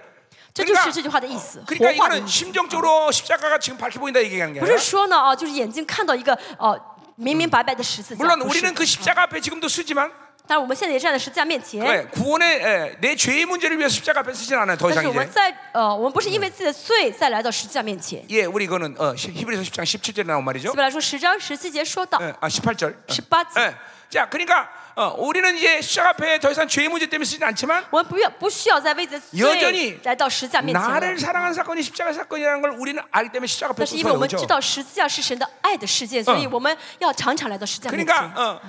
这就
그러니까-
是这句话的意思，
그러니까
活化的意
이거는
思。
심정적으로 십자가가 지금 밝혀 보인다 얘기하는 게
不是
아니라
说呢啊，就是眼睛看到一个呃明明白白的十字架。
물론
不是
우리는 그
啊
십자가 앞에 지금도 쓰지만
但是我们现在也站在十字架面前，
예, 구원의 예, 내 죄의 문제를 위해 서 십자가 앞에 쓰진 않아요. 더
但
이상
是我们
이제.
在呃，我们不是因为自己的罪再来到十字架面前。
예, 우리 이거는 어, 시- 히브리서 10장 17절에 나온 말이죠.
希伯来说十章十七节说到，
예, 아, 18절.
18.
예. 자, 그러니까 어, 우리는 이제 십자가 앞에 더 이상 죄의 문제 때문에 쓰진 않지만
我们不要不需要再为自己
여전
罪
히
来到十字架面前
나를
了。
사랑한 사건이 십자가 사건이라는 걸 우리는 알기 때문에 십자가 앞에
但是因为我嗯们
서죠
知道十字架是神的爱的世界，所以我们要常常来到十字架面
그러니까
前。
어,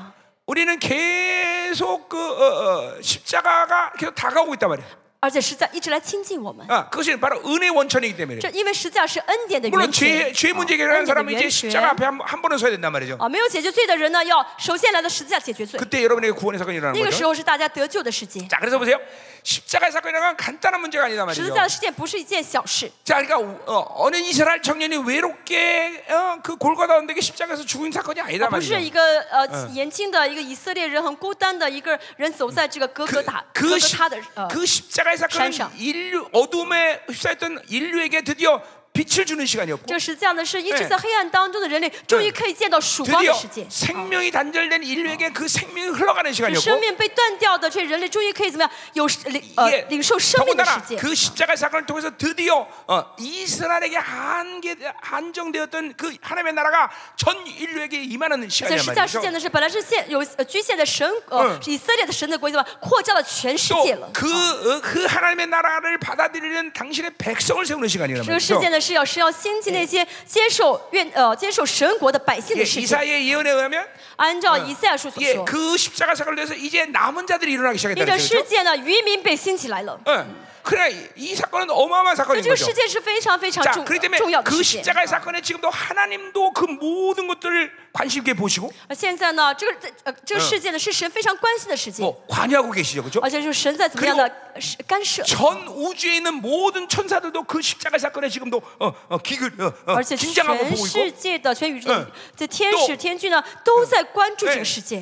우리는 계속 그 어, 어, 십자가가 계속 다가오고 있단 말이야.
而且十字架一直来亲近我们。
아, 그것이 바로 은혜 원천이기 때문에.
这
그래요.
因为十字架是恩典的
물론
源
죄,
泉，
죄 문제
啊
해결하는
恩典的
사람은 이제
源
십자가
泉
앞에 한, 한 번은 서야 된단 말이죠.
啊，没有解决罪的人呢，要首先来到十字架解决罪。
그때 여러분에게 구원의 사건이
那
일어나는
个时
거죠.
候是大家得救的时间。
자, 그래서 보세요. 십자가의 사건이라는 건 간단한 문제가 아니다
十
말이죠.
字架的事件不是一件小事，
자, 그러니까 어, 어느 이스라엘 청년이 외롭게 어, 그 골고다 언덕에 십자가에서 죽은 사건이 아니다
不是一
말이죠.
个呃
嗯
年轻的一个以色列人很孤单的一个人走在这个格格
그,
塔格
그
格
시-
塔的呃
그 십자가의 사건은
산상.
인류 어둠에 휩싸였던 인류에게 드디어 빛을 주는 시간이었고
这个十字架呢，是一直
哎
在黑暗当中的人类终于可以见到曙光
드디어
的世界。
생명이 단절된 인류에게 그 생명이 흘러가는
就生
그 시간이었고 어,
命被断掉的这人类终于可以怎么样？有领呃
이게
领受生命的世
더군다나
界。
그 십자가 사건을 통해서 드디어 어, 이스라엘에게 한계 한정되었던 그 하나님의 나라가 전 인류에게 임하는
在十
시간이란
字架事
말이죠.
件呢，是本来是限有呃局限在神呃
嗯
以色列的神的国家吧，扩张到全世界了。
또그 어, 그 하나님의 나라를 받아들이는 당신의 백성을 세우는 그 시간이란
这个事
말이죠.
件呢，是要是要兴起那些接受愿呃接受神国的百姓
예,
的事情。
이사의 예언에 의하면
按照以赛亚书所
예,
说，
그 십자가 사건을 통해서 이제 남은 자들이 일어나기
因着
시작했다는
世
거죠.
界呢，渔民被兴起来了。
응. 그래 이- 이 사건은 어마어마한
那
사건인
这个
거죠.
世界是非常非常
자,
重
그렇기
重
때문에
要的
그
事件。
십자가의 사건에 지금도 하나님도 그 모든 것들을 관심 있게 보시고
而现在呢，这个呃这个世界呢，是神非常关心的事情，
뭐 관여하고 계시죠, 그렇죠?
而且就是神在怎么样的呃是干涉。
전 우주에 있는 모든 천사들도 그 십자가 사건에 지금도 어, 어, 기글, 어, 어,
而且
긴장하고
全
보고
世
있고
界的全宇宙
嗯哎
的这天使天君呢，都在关注这个事
네,
件。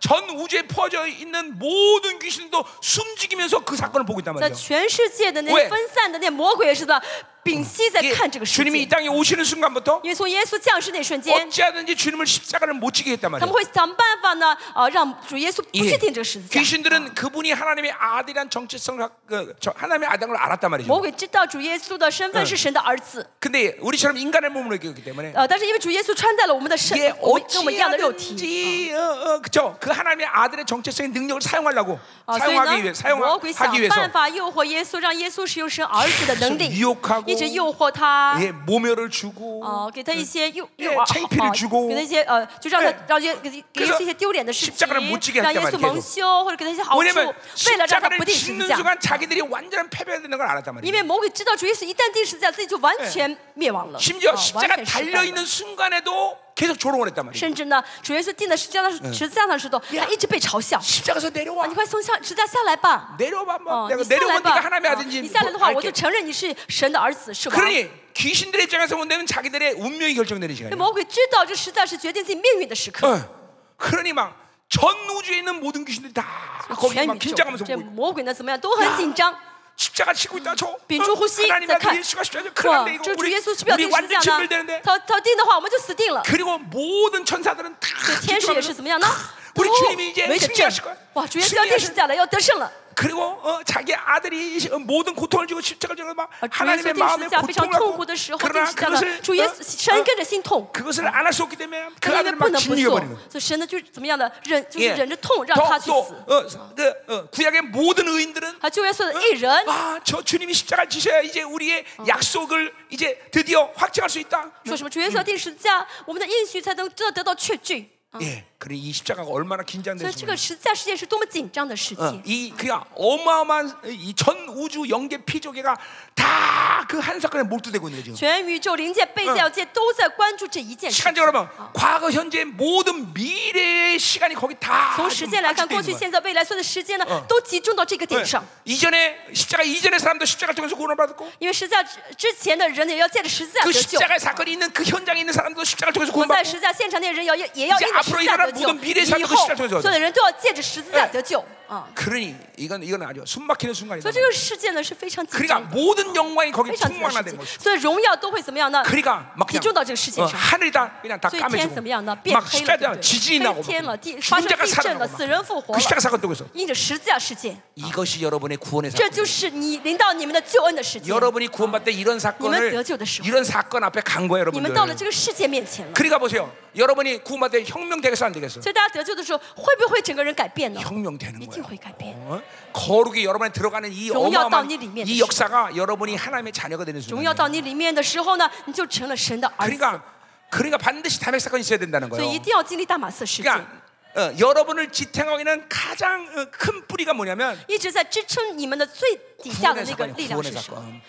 전전 우주에 퍼져 있는 모든 귀신도 숨죽이면서 그 사건을 보고 있단
在
말이죠.
全世界的那
喂嗯
分散的那魔鬼也是吧，屏息在
이게
看这个事
주님이
件
이 。 땅에 오시는 순간부터
因为从耶稣降世那瞬
哦
间，
어찌하든지 주님을 십자가를 못 지게 했단
他们
말이에요.
会想办法呢，啊，让主耶稣不
예.
去定这个十字架。
귀신들은 그분이 하나님의 아들이란 정체성을 하- 그, 저- 하나님의 아들인 걸 알았단
魔
말이죠.
鬼知道主耶稣的身份是神的儿子，
근데 우리처럼 인간의 몸으로 있기 때문에
呃，但是因为主耶稣穿戴了我们的身
어, 뭐 이 ，
我们跟我们一样的肉体，
어찌하든지 어, 어, 그죠 그 하나님의 아들의 정체성의 능력을 사용하려고
啊，所以
사용하기 위해
呢，魔鬼想
사용하기 위해서
办法诱惑耶稣，让耶稣使用神儿子的能力
계속유혹하고 ，
一直诱惑他，
예, 모멸을 주고
哦，给他一些诱
예
诱啊，
창피를주고
给他一些呃，就让他
예
让耶给给
그래서
耶稣一些丢脸的事
십자가를못
情
지게，
让
했단
耶
말이에요
稣蒙羞，或者给他一些好处，
왜냐면
为了让他
십자가를
不定十字
짓는
架。
순간 자기들이 완전한 패배되는 걸 알았단
因
말이에요
为魔鬼知道主耶稣一旦定十字架，自己就完全灭亡了，
심지어
啊
십자가
完全失败了
달려있는 순간에도 계속 조롱을 했단 말이에요
甚至呢，主耶稣定的十字架上十字架上石头，他一直被嘲笑。
십자가에서
啊，
내려와
你快从下十字架下来吧！
내려와
哦
뭐 ， 내가
你下来
내려온
吧！
네가
啊
하나님의 아들인지 뭐
你下来的话，我就
알게
承认你是神的儿子，是王。因
그러니 귀신들 의 입장에서 본다면 자기들의 운명이 결정되는
为
시간이에요
魔鬼知道这十字架是决定自己命运的时刻，
어. 그러니 막 전 우주에 있는 모든 아, 귀신들이 다 거기
全
막
宇宙
긴장하면서
这
보고 있고
魔鬼呢怎么样都很紧张。
십자가 치고 있다 저
屏住呼吸
하나님의
在
아들
看。
예수가 십자가
哇
그런데 ， 이거
这主
우리,
耶稣是不是要
우리
定十字
완전
架呢
침멸되는데 ？
他他定的话，我们就死定了。
그리고 모든 천사들은 다
天使也是
집중하면서
怎么样呢？
우리
都
주님이이제
围着
승리하
阵
실거야。
哇，主耶稣要
승리하
定
실
十字架了，要得胜了。
그리고 어, 자기 아들이 시- 어, 모든 고통을 주고 십자가를 주고 막
而啊主耶稣
하나님의
定十
마음에
字架非常
고통을
痛
하고
苦的时候，定
그러나
十字架呢
그것을 ，
主耶
어,
稣神跟着心痛
어, ， 그것을 안 할 수 없기 때문에 그
但因为
아들을
不
막
能不做，
진리해버리는
所以神呢就是怎么样的忍，就是忍着痛让他去死。
또그 어, 구약의 모든 의인들은
啊，旧约所有的艺人，
아, 저 주님이 십자가 지셔야 이제 우리의 약속을 이제 드디어 확증할 수 있다.
嗯说什么主耶稣要定十字架，我们的应许才能真的得到确据。啊
예, 그래 이 십자가가 얼마나
所以
긴장되는지
这个十字架世界是多么紧张的世
어,
界，
이 그냥 어마어마한 이 전 우주 영계 피조계가 다 그 한 사건에 몰두되고 있는 거죠.
全宇宙、灵界、被教界都在关注这一件事。
시간적으로 보면 과거, 현재 모든 미래의 그 시간이 거기 다
从
지금
时间来看，嗯
압축돼
过去、
있는 거야.
现在、未来，所有的时间呢，都集中到这个点
네.
上。
이전에 십자가 이전의 사람도 십자가 통해서 구원을 받았고
因为十字架之之前的人也要借着十字架
그
得救，
십자가의 사건이 있는 그 현장에 있는 사람도 십자가를 통해서
我在
구원받고
十字架现场那些人也要也要
이제
因着十字架
앞으로 일어날
得救，
모든미래의삶도
以
그
后
십자가통해서
所有的人都要借着十字架得救啊！
그러니 이건 이건 아주 숨막히는 순간이다.
所以这个世界呢是非常紧
그러니까
张的，
모든 영광이 거기
非常紧张的世
충만화된
界，
것이.
所以荣耀都会怎么样呢？
그러니까 막
集
그냥
中到这个世界
어,
上。
하늘이 다 그냥 다
所以天
까매지고
怎么样呢？变
막
黑了，对
십자가
不
지진이
对？
나고
飞天了，地
막
发生
십자가
地震
사건
了，
나고
死人复活
그
了，
십자가 사건 또에서
因着十字架事件，
이것이 여러분의 구원의
这
사건.
就是你领到你们的救恩的事件。
여러분이 구원받을 때 이런 사건을
이만得救的时候.
이런 사건 앞에 간 거예요,
你们到了
여러분들.
这个世界面前了，
그러니까 보세요. 여러분이 구원받을 때 혁명 되겠어 안 되겠어?
所以大家得救的时候会不会整个人改变呢？
혁명 되는
一
거예요.
定会改变。
어? 거룩이 여러분에 들어가는 이
荣耀到
어마어마한
네里面的
이 역사가 여러분이 하나님의 자녀가 되는
荣
순간.
耀到你里面的时候呢，你就成了神的儿子。
그러니까 그러니까 반드시 담핵 사건이 있어야 된다는
所以一
거예요.
定要经历大马士事件。
그러니까 어, 여러분을 지탱하고 있는 가장 어, 큰 뿌리가 뭐냐면
一直在支撑你们的最底下的
구원의
那个
사건이
力量
구원의
是什么
사건. ？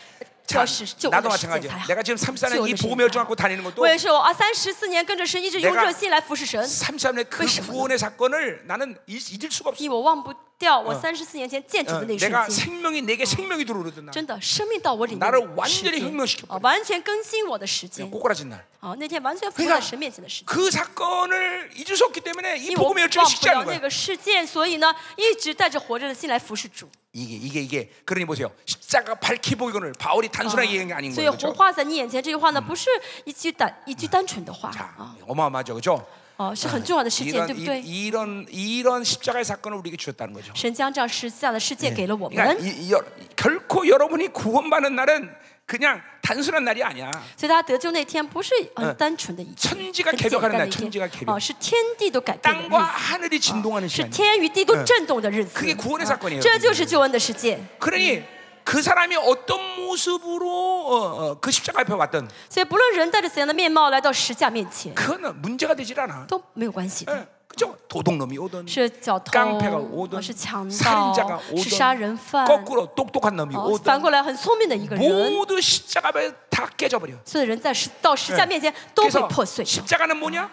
就要是救恩
나도
的事件才
마찬가지야.
好。
내가 지금 34년 이
救恩的事件
복음의 열정 갖고 다니는 것도
我也是，我啊，三十四年跟着神，一直用
내가
热心来服侍神，
34년의 그
그것이 뭐냐?
구원의 사건을 나는 잊- 잊을 수가 없어.
因为我忘不掉我三十四年前见主
어,
的那一瞬
내가
间。
생명이 내게 생명이 들어오르던 날,
真的，生命到我里面
나를
的时
완전히
间
혁명시켜버려
啊，完全更新我的时间
꼬꾸라진 날.
啊，那天完全服
그러니까
在神面前的时间。
그 사건을 잊을 수 없기 때문에 이
因为我忘
복음의 열정이
不
식지
了
않는
那
거야.
个事件，所以呢，一直带着活着的心来服侍主。
이게 이게 이게 그러니 보세요. 십자가 밝히 보이거늘 바울이 단순하게 얘기한 게 아닌
啊所以
거예요.
活
그렇죠?
化在你眼前这句话呢，不是一句单一句单纯的话
자,
嗯啊，
어마어마하죠, 그렇죠?
哦，是很重要的事件，
이런
对不
이,
对？
이런 이런 십자가의 사건을 우리에게 주었다는 거죠.
神将这样十字架的世界给了我
그러니까
们，
이, 이, 여- 결코 여러분이 구원받는 날은 그냥 단순한 날이 아니야.
所以大家得救那天不是很单纯的一天，
嗯 천지가
很简单的一
개벽하는날천지가
天
개벽
哦，是天地都改变的
땅과
日子，
하늘이 어. 진동하는
是
시간.
天与地都震动的日子哦
그게구원의사건이에요 ，
这就是救恩的世界。
그러니 그 사람이 어떤 모습으로 어, 어, 그 십자가 앞에 왔던
所以不论人带着怎样的面貌来到石架面前，
그거는 문제가 되질 않아.
都没有关系的。
예, 그죠? 도둑놈이 오든
是小偷
깡패가오든
哦是强
살인자가
盗
오든 ，
是杀人犯，
거꾸로 똑똑한 놈이
哦，反
오든
过来很聪明的一个人。
모두 십자가 앞에 다 깨져버려.
所有人在十到十字架面前都会破
그래서
碎。
십자가는 뭐냐?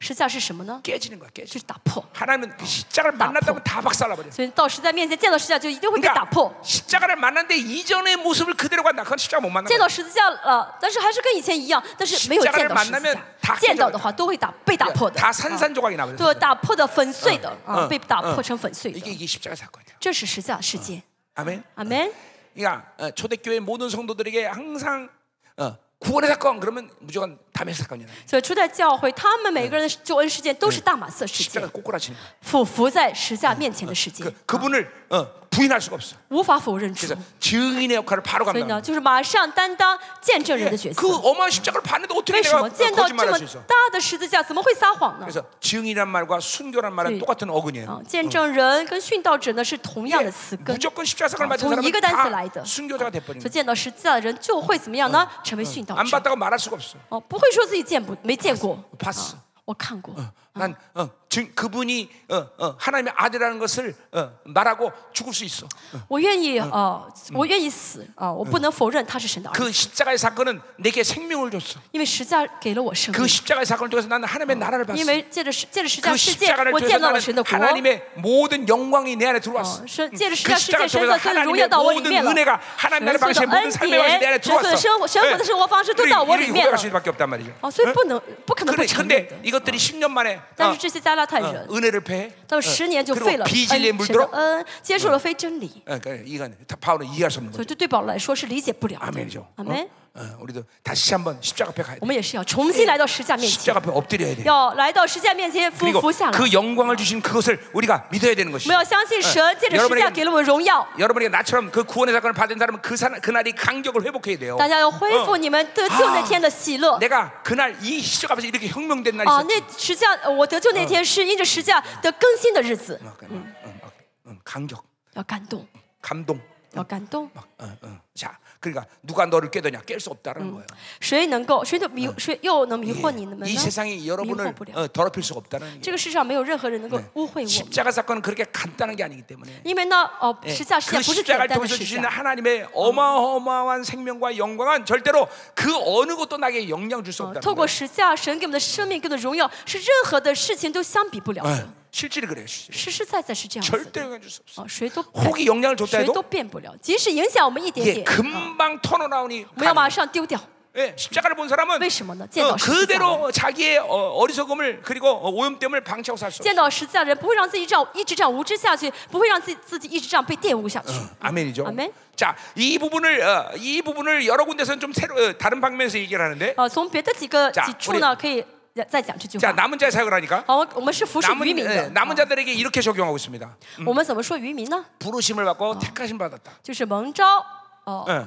十字架是什么呢？
깨지는 거야. 깨지.
就是打破。
하나님은 그 십자가를 만났다면 다 박살나버려.
所以到十字架面前见到十字架就一定会被打破
그러니까 。 십자가를 만났는데 이전의 모습을 그대로 간다. 그건 십자가 못 만나.
见到十字架了，但是还是跟以前一样，但是没有见到十字
십자가를만나면다
架。见到的话都会打被打破的，
다 어. 산산조각이 나버려.
对，打破的粉碎的啊，
嗯
被打破成粉碎
이게
的。
이게 십자가 사건이야.
这是十字架事件，
아멘.
阿门。
그러니까 어, 초대교회 모든 성도들에게 항상 어, 구원의 사건 그러면 무조건 담의 사건이야.
所以初代教会他们每个人的救恩事件都是大马色事
십자가
件，
꼬꾸라치는 거야.
俯伏在十字架面前的事件，
그, 그분을 어, 부인할 수가 없어.
无法否认主。
그래서 증인의 역할을 바로
所以呢，
감당.
就是马上担当见证人的角色。
그 어마어마한 십자가를 봤는데 어떻게
为什
내가
么见到这
거짓말할
么
수 있어?
大的十字架，怎么会撒谎呢？
그래서 증인란 말과 순교란 말은
네.
똑같은 어근이에요.
啊，见证人跟殉道者呢是同样的词
예,
根，所
무조건 십자가 사건을 맞은
어,
사람은
이거 단서라, 이거.
다 순교자가 돼버리는
以
거야.
见到十字架的人就会怎么样呢？成为殉道
안
者。
봤다고 말할 수가 없어.
哦，不会说自己见不没见过，
봤어
啊嗯我看过。
난 어, 증, 그분이 어, 어, 하나님의 아들이라는 것을 어, 말하고 죽을 수 있어.
我愿意啊，我愿意死啊，我不能否认他是神的儿子，
그 십자가의 사건은 내게 생명을 줬어.
因为十字架给了我生
그
命。
십자가의 사건을 통해서 나는 하나님의 나라를 봤어.
因为借着十借着十字
그
架世界，
십자가를
我
통해서
见到了
나는
神的国。
하나님의 모든 영광이 내 안에
哦
들어왔어.
是借着十字
그
架世界
십자가를 통해서
神的所有的荣耀
하나님의
到我里
모든
面了，
은혜가 예.
神
하나님 나를
所有
방식의
的
모든
恩
삶의 방식이 내 안에
典，神所有
들어왔어. 예.
的生活生活的生活方式都到我
이렇게 이렇게
里面了
고백할 。 수밖에 없단 말이죠.
哦，所以不能不可能不
그래,
承认的
근데 。 이것들이 10년 만에
但
어,
是这些加拉太
어,
人，
은혜를 패해.
到十年就
그리고
废了恩
비진리에
神的
물들어.
恩，接受了非真理，
어, 그러니까 이건 다 바울은 이해할 수 없는
所以
거죠.
这对保罗来说是理解不了的
아멘이죠. 。
嗯阿门。
어? 어, 우리도 다시 한번 십자가 앞에 가야
我
돼.
们也是要重新来到十字架面前
십자가 ， 앞에 엎드려야 돼.
要来到十字架面前俯
그리고
伏下来。
그
我
영광을 주신 그것을 우리가 믿어야 되는 것이.
们要相信神，借着十字架给了我们荣耀。
여러분이 나처럼 그 구원의 사건을 받은 사람은 그 사, 그날이 강격을 회복해야 돼요.
大家要恢复你们得救那天的喜乐
내가 그날 이 십자가 앞에서 이렇게 혁명된 날이
啊！
있었지.
那十字架，呃我得救那天是因着十字架得更新的日子，
막, 막, 응, 막, 응, 강격,
要感动，
어, 감동.
要感动。
막, 응, 응. 자, 그러니까 누가 너를 깨더냐? 깰 수 없다는 거예요.
谁能够谁就迷谁又能迷惑你们呢？
이 세상이
迷
여러분을
惑不了。嗯
어, 더럽힐 수가 없다는
这
게.
个世上没有任何人能够污秽我们，
십자가 사건은 그렇게 간단한 게 아니기 때문에.
因为呢，哦，
예,
十字架事件
그
不是简
십자가를 음.
单的
통해서
事啊
주시는
件。
하나님의 어마어마한 생명과 영광은 절대로 그 어느 것도 나에게 영향 줄 수
哦
없다는
透过
거예요.
十字架，神给我们的生命、给我们的荣耀，是任何的事情都相比不了的，
예, 실질이 그래요. 실질이.
实实在在是这样子的。
절대 영향 줄 수 없어.
哦，谁都
혹이 영향을
谁
줬다
都
해도
变不了，即使影响我们一点
예,
点，啊
금방 턴어라운이
我们要马上丢掉。
예, 십자가를 본 사람은 어,
为什么呢？见到十字架的人，
그대로 자기의 어, 어리석음을 그리고 어, 오염됨을 방치하고 살 수 없어.
见到十字架的人不会让自己这样一直这样无知下去，不会让自己自己一直这样被玷污下去。
아멘이죠.
아멘.
자, 이 부분을 어, 이 부분을 여러 군데서는 좀 새로 어, 다른 방면에서 얘기를 하는데,
啊，从别的几个
자
几处呢，可以再再讲这句
자
话。
남은 자의 사역을 하니까
好，我们是服侍渔
남은
民
예,
的。
남은 자들에게 이렇게 적용하고 있습니다.
我们怎么说渔民呢？
부르심을 받고 택하심 받았다.
就是蒙召哦，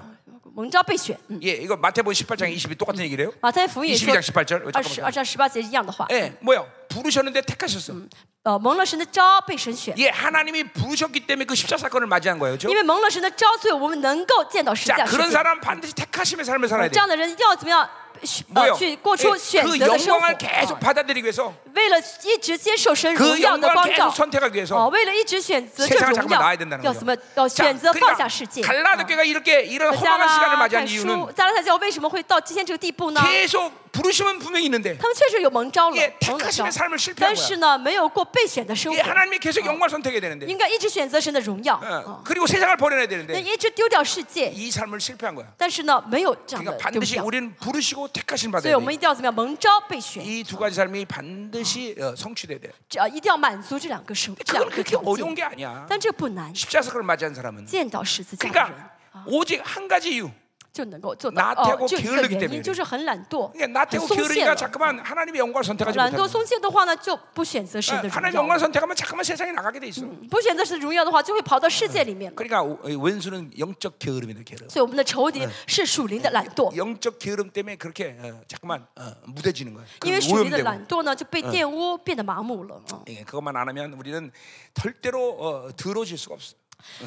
蒙召被选。嗯，
예, 이거 마태복음 아. 18장 20이 똑같은 얘기래요.
马太福音也说
22장 18절. 어,
二十
잠깐만.
二章十八节一样的话。
예, 뭐요? 부르셨는데 택하셨어.
呃，蒙了神的召被神选，
예, 하나님이 부르셨기 때문에 그 십자 사건을 맞이한 거예요. 그
因为蒙了神的召，所以我们能够见到十字架
자,
事
그런
件。
사람 은 반드시 택하심의 삶을 살아야
这
돼.
样的人要怎么样？呃，
뭐요?
去过出
예,
选
그
择的生活。
영광을 계속
啊
받아들이기 위해서
为了一直接受神荣
그
耀的
영광을
光照
계속 ， 선택하기
哦，
위해서
为了一直选择这
세상을
荣
잠깐만 나와야
耀，
된다는
要怎么
거죠.
要
자,
选择放下
그러니까
世界。啊
갈라디아교회가 이렇게 이런
加
허망한 시간을
拉
맞이한
太书
이유는 ，
加拉太教为什么会到今天这个地步呢？
계속 부르심은 분명히 있는데
他们确实有蒙召了
예，
蒙了
택하심의삶을실패한 거야
召，但是呢，没有过被选的生
예,
活，
하나님이 계속 영광을 선택해야 되는데
应该一直选择神的荣耀，
어, 네, 예.
啊
그리고 세상을 버려야
那
되는데
一直丢掉世界，
이 삶을 실패한 거야
但是呢，没有这样的
그러니까
丢
반드시
掉，
우리는 부르시고 택하심
所
받아야
以我们
돼.
一定要怎么样？蒙召被选，
이 두 가지 삶이 반드시 어, 성취돼야 돼.
只要一定要满足这两个生这两
그건
个
그렇게
条
어려운
件，
게 아니야.
但这不难，
십자 사건을 맞이한 사람은
见到十字架的人
그러니까 오직 한 가지 이유.
就能够做到。
나태하고
哦，就一
게으르기
个
때문
原
에
因就是很懒惰，
그러니까
很
나태고
松懈
게으르니까
了。
자꾸만 하나님의 영광을 선택하지
懒惰
못한다.
松懈的话呢，就不选择神的
하나님의
哎荣
영광을
耀，
선택하면 자꾸만 세상에 나가게 돼 있어.
不选择神的荣耀的话，就会跑到世界里面。
그러니까 이 원수는 영적 게으름이다. 게으름.
所以我们的仇敌是属灵的懒惰，
영적 게으름 때문에 그렇게 어, 자꾸만 어, 무뎌지는 거야.
因为
그리고
属灵的
오염되고.
懒惰呢就被玷污，变得麻木了。嗯
예, 그것만 안 하면 우리는 절대로 어, 더러워질 수가 없어.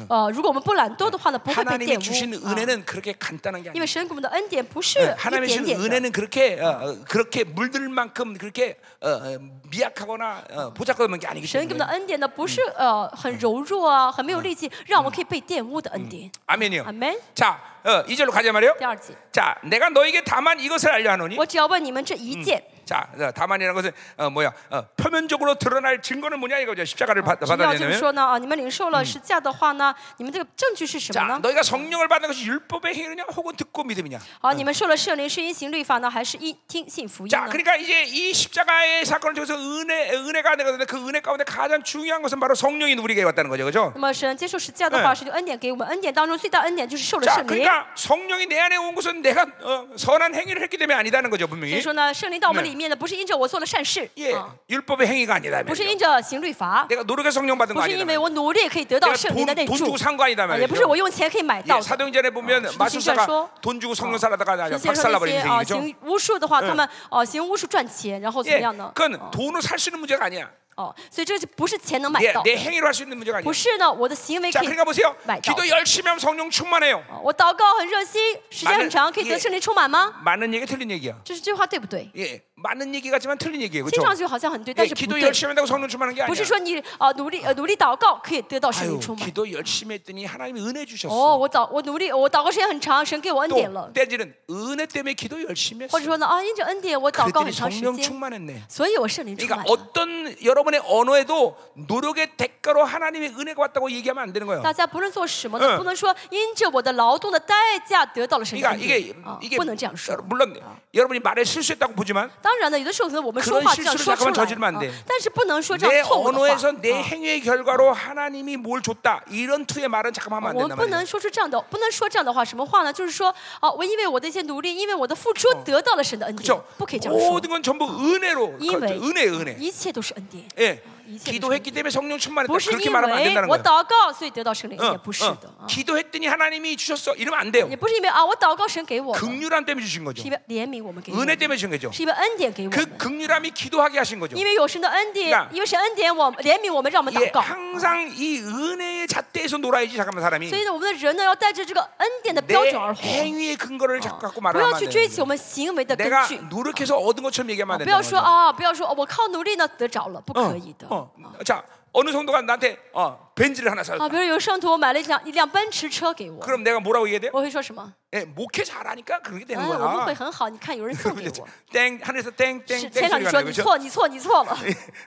呃，如果我们不懒惰的话呢，不会被
하나님이
玷
주신
污。啊
은혜는 그렇게 간단한 게
因
아니야.
为神给我们的恩典不是
예,
一
하나님의 주신
点点的，
은혜는 그렇게 어, 어, 그렇게 물들 만큼 그렇게 어, 어, 미약하거나 어, 보잘것없는 게 아니기
神给我们的
때문에
恩典呢不是呃很柔弱啊，很没有力气，让我们可以被玷污的恩典。
아멘이요.
아멘.
자, 어, 이절로 가자 말이요.
第二节，
자, 내가 너에게 다만 이것을 알려 하노니.
我只要问你们这一件，
자, 어, 다만이라는 것은 어, 뭐야? 어, 표면적으로 드러날 증거는 뭐냐 이거죠. 십자가를 받,
只要就是
받아내면.
说呢啊，你们领受了十字架的话呢，你们这个证据是什么
자,
呢？
너희가 성령을 받는 것이 율법의 행위냐 혹은 듣고 믿음이냐.
好，哦你们受了圣灵是因行律法呢，还是因听信福音
자,
呢？
그러니까 이제 이 십자가의 사건을 통해서 은혜 은혜가 되거든요. 그 은혜 가운데 가장 중요한 것은 바로 성령이 우리에게 왔다는 거죠, 그렇죠?
那么神接受十字架的话，
哎
神就恩典给我们，恩典当中最大恩典就是受了
자,
圣灵。
그러니까 성령이 내 안에 온 것은 내가 어, 선한 행위를 했기 때문에 아니다는 거죠,
所以
분명히.
说呢，圣灵到我们
네
里面的不是因着我做了善事，
예,
啊，
율법의 행위가 아니다.
不是因着行律法，
내가 노력해서 성령 받은
不
거
是
아니다.
因为我努力可以得到
내가
圣灵的那
돈, 돈
助
주고 ，산 거 아니다
啊也不是
말이죠.
我用钱可以买
예,
到的。
사도행전에 보면
어,
마술사가
신실한
돈 주고 성령 살아다가 아주
先说那
박살나버린
些啊，
인생이죠.
行巫术的话，他们哦行巫术赚钱，然后怎么
예,
样呢？
그건 돈으로 살 수 있는 문제가 아니야.
哦，所以这就不是钱能买
예,
到，
내 행위로 할 수 있는 문제가 아니야.
不是呢我的行为
자,
可以
그러니까 보세요.
买到。
기도 열심히 하면 성령 충만해요.
哦我祷告很热心，时间
많은
很长，可以
예
得圣灵充满吗？
많은 얘기 틀린 얘기야.
这是这句话对不对？
예, 많은 얘기 같지만 틀린 얘기예요.
听上
그렇죠?
去好像很对，
예,
但是不
기도
对。
열심히 한다고 성령 충만한 게
不
아니야.
是说你啊、呃、努力呃努力祷告可以得到圣灵
아유,
充满。
기도 열심히 했더니 하나님이 은혜
哦，
주셨어.
我祷我努力我祷告时间很长，神给我恩典了
또 。 때지는 은혜 때문에 기도 열심히
或
했어.
者说呢啊，因着恩典我祷告
그랬더니
很长时
성령
间，
충만했네.
所以我圣灵充
그러니까
满啊了。
어떤 여러분의 언어에도 노력의 대가로 하나님의 은혜가 왔다고 얘기하면 안 되는 거예요.
大家不论做什么
嗯
呢，不能说因着我的劳动的代价得到了神的
그러니까
恩
이게
典啊
이게 ，
不能这样说
여러- 。 물론 여러분이 말에 실수했다고 보지만
当然呢，有的时候可能我们说
그런
话这样
실수를
说出
잠깐만저지르면
来，
안돼
啊但是不能说这
내
样错误的话。啊
언어에서 내 행위의 결과로 하나님이 뭘 줬다 이런 투의 말은 잠깐만 하면
我
안
们
된다
不
말이에요.
能说出这样的，不能说这样的话。什么话呢？就是说，哦，我因为我的一些努力，因为我的付出得到了神的恩典
그렇죠? ，
哦不可以这样说
모든 。건 전부 은혜로 그-
因为
은혜 은혜.
一切都是恩典。
예.
一切的成。
기도했기 때문에 성령 충만했다.
不是因
그렇게
为
말하면 안 된다는
我
거야.
祷告所以得到圣灵，也
어,
不是
어.
的啊，
기도했더니 하나님이 주셨어. 이러면 안 돼요.
也不是因为啊我祷告神
뭐.
给我了，是
극률함 때문에 주신 거죠.
因为怜悯我们给我
은혜
们，
때문에 주신 거죠.
是因为恩典给我
그
们，
극률함이 기도하게 하신 거죠.
因为有神的恩
그러니
典
까 ，
因为神恩典我们怜悯我们，让我们
예,
祷告。
항상 이 은혜의 잣대에서 놀아야지 잠깐만 사람이
所以呢，我们的人呢要带着这个恩典的
내
标准而活，
행위의 근거를 자꾸 갖고
不
말하면
要
안
去追
돼요.
求我们行为的根
내가 어,
据，
노력해서 얻은 것처럼 얘기하면
啊
안
不要
된다는
说
거죠.
啊，不要说哦我靠努力呢得着了，不可以的。
어, 어. 자, 어느 성도가 나한테 어, 벤츠를 하나
啊，
사줬다.
比如有圣徒买了一辆一辆奔驰车给我，
그럼 내가 뭐라고 얘기해야 돼요?
我会说什么？
예, 목회 아, 잘하니까 그렇게
哎，
되는
我们会
거야.
很好，你看有人 送
그럼
给
이제
我。
땡 하늘에서
是
땡땡땡
天上你
소리가
说
나요.
你
그렇죠?
错，你错，你错 了，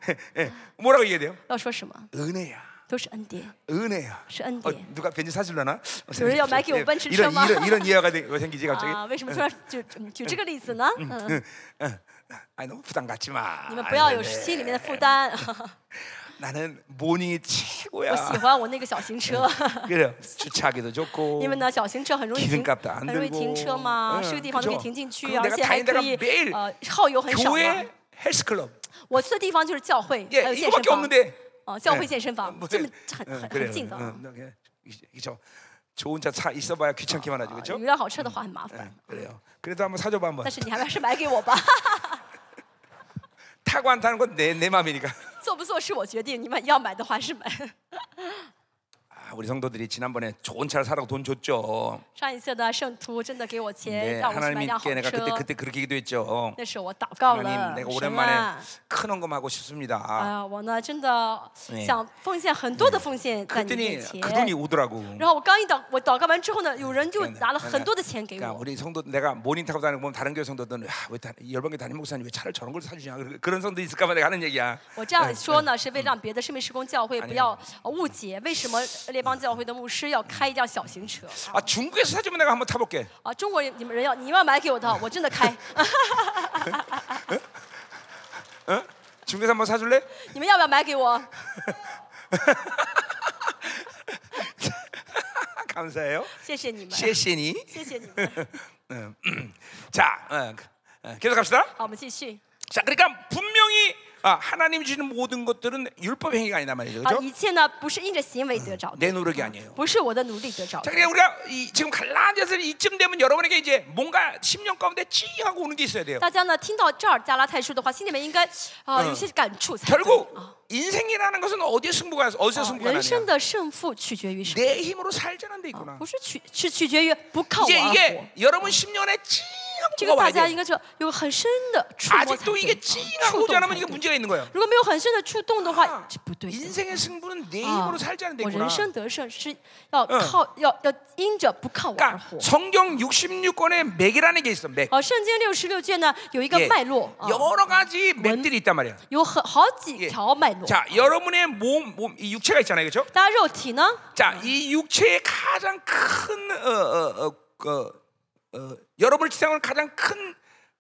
예, 뭐라고 얘기해야 돼요?
要说什么？
은혜야.
都是恩典，
은혜야.
是恩
어,
典
누가 벤츠 사주려나?
그래요, 마이크
예,
오빤 칠
이런
셔마.
이런 이런 이해가 되- 생기지 갑자기.
啊！为什么突然就就举这个例子呢？嗯，
아니 너무 부담 갖지 마.
哎你们不要有心里面的负 担。
나는 모닝이 최고야.
我喜欢我那个小型车，
그래 주차하기도 좋고.
因为呢，小型车很容易嗯停，嗯
기름값도 안
很容易
들고.
停车嘛，
응
是个地方都可以
그죠?
停进去，
그리고
而
내가
且还
다니는
可
데가
以
매일
呃耗油很少嘛。
교회 헬스클럽.
我去的地方就是教会，还
예,
有健身
이거밖에
房，
없는데.
哦，教
예
会健身房，这么很
응,
很
그래요.
很近的啊。
응, 그냥 이- 이- 저 좋은 차 차 있어봐야 귀찮기만 하지
啊
그렇죠?
有辆好车的话很麻烦，
그래요. 그래도 한번 사줘봐 한번.
但是你还是买给我吧，
타고 안 타는 건 내 내 마음이니까.
做不做是我决定，你们要买的话是买。
아, 우리 성도들이 지난번에 좋은 차를 사라고 돈 줬죠.
上一次呢，圣徒真的给我
네,
钱，让我去买辆好
하나님께
车
내가 。 그때 그때 그렇게 기도했죠.
那是我祷告了
하나님, ， 내가
神
오랜만에
啊，
큰 헌금하고
哎
싶습니다.
呀，我呢真的
네
想奉献很多的奉献在嗯你
그랬더니
面前。
그 돈이 오더라고.
然后我刚一祷，我祷告完之后呢，有人就
그러니까,
拿了很多的钱给
그러니까
我。
우리 성도 내가 모닝 타고 다니는 거 보면 다른 교회 성도들은 야, 왜 다, 열방교 담임 목사님 왜 차를 저런 걸 사주냐 그런- 그런 성도 있을까 봐 내가 하는 얘기야.
我这样说呢，是为让别的生命施工教会
아니에요
不要呃误解，为什么列邦教会的牧师要开一辆小型车
아 중국에서 사주면 내가 한번 타볼게.
啊？中国人你们人要你们要买给我的话，我真的 开。
중국에서 한번 사줄래?
你们要不要买给我？
아, 감사해요.
谢谢你们，
谢谢你。
谢谢你们。
자, 어, 그- 어, 계속 갑시다.
好，我们继续。
자, 그러니까 분명히 아, 하나님 주시는 모든 것들은 율법 행위가 아니다 말이죠.
啊，
그렇죠?
一切呢不是因着行为得着的，
내 노력이 아니에요.
不是我的努力得着的
자, 。 그러니까 우리가 이, 지금 갈라디아서 이쯤 되면 여러분에게 이제 뭔가 10년 가운데 찡하고 오는 게 있어야 돼요.
大家呢听到这儿加拉太书的话，心里面应该啊、有些感触才对
결국
啊、
인생이라는 것은 어디에 승부가 어디서
啊
승부가
人
나냐?
生的胜负取决于什
내 힘으로 살자는 데 있구나.
么？不是取，是取决于不靠我
이제
而活
이게 。 여러분 10년에
这
찡하고가
个大
와야
家应
돼.
该知道有个很深的触摸才
아직도
对
이게
啊，
찡하고
触
오지
动
않으면
才
이게
对。
문제가 있는 거예요.
如果没有很深的触动的话
아, ，
是不对的。
인생의 승부는 내
啊嗯
힘으로 살자는 ，
我
데구나.
人生得胜是要靠、要要因着不靠我而
그러니까
活。
성경 66권에 맥이라는 게 있어. 맥.
哦、圣经六十六卷呢有一个
예.
脉络啊，
여러 가지 맥들이 있단 말이야.
有很好几
예
条脉络。
자, 여러분의 몸, 몸, 이 육체가 있잖아요, 그렇죠?
大家肉体呢
자, 이 육체의 가장 큰, 어, 어, 어, 어, 어, 여러분을 지탱하는 가장 큰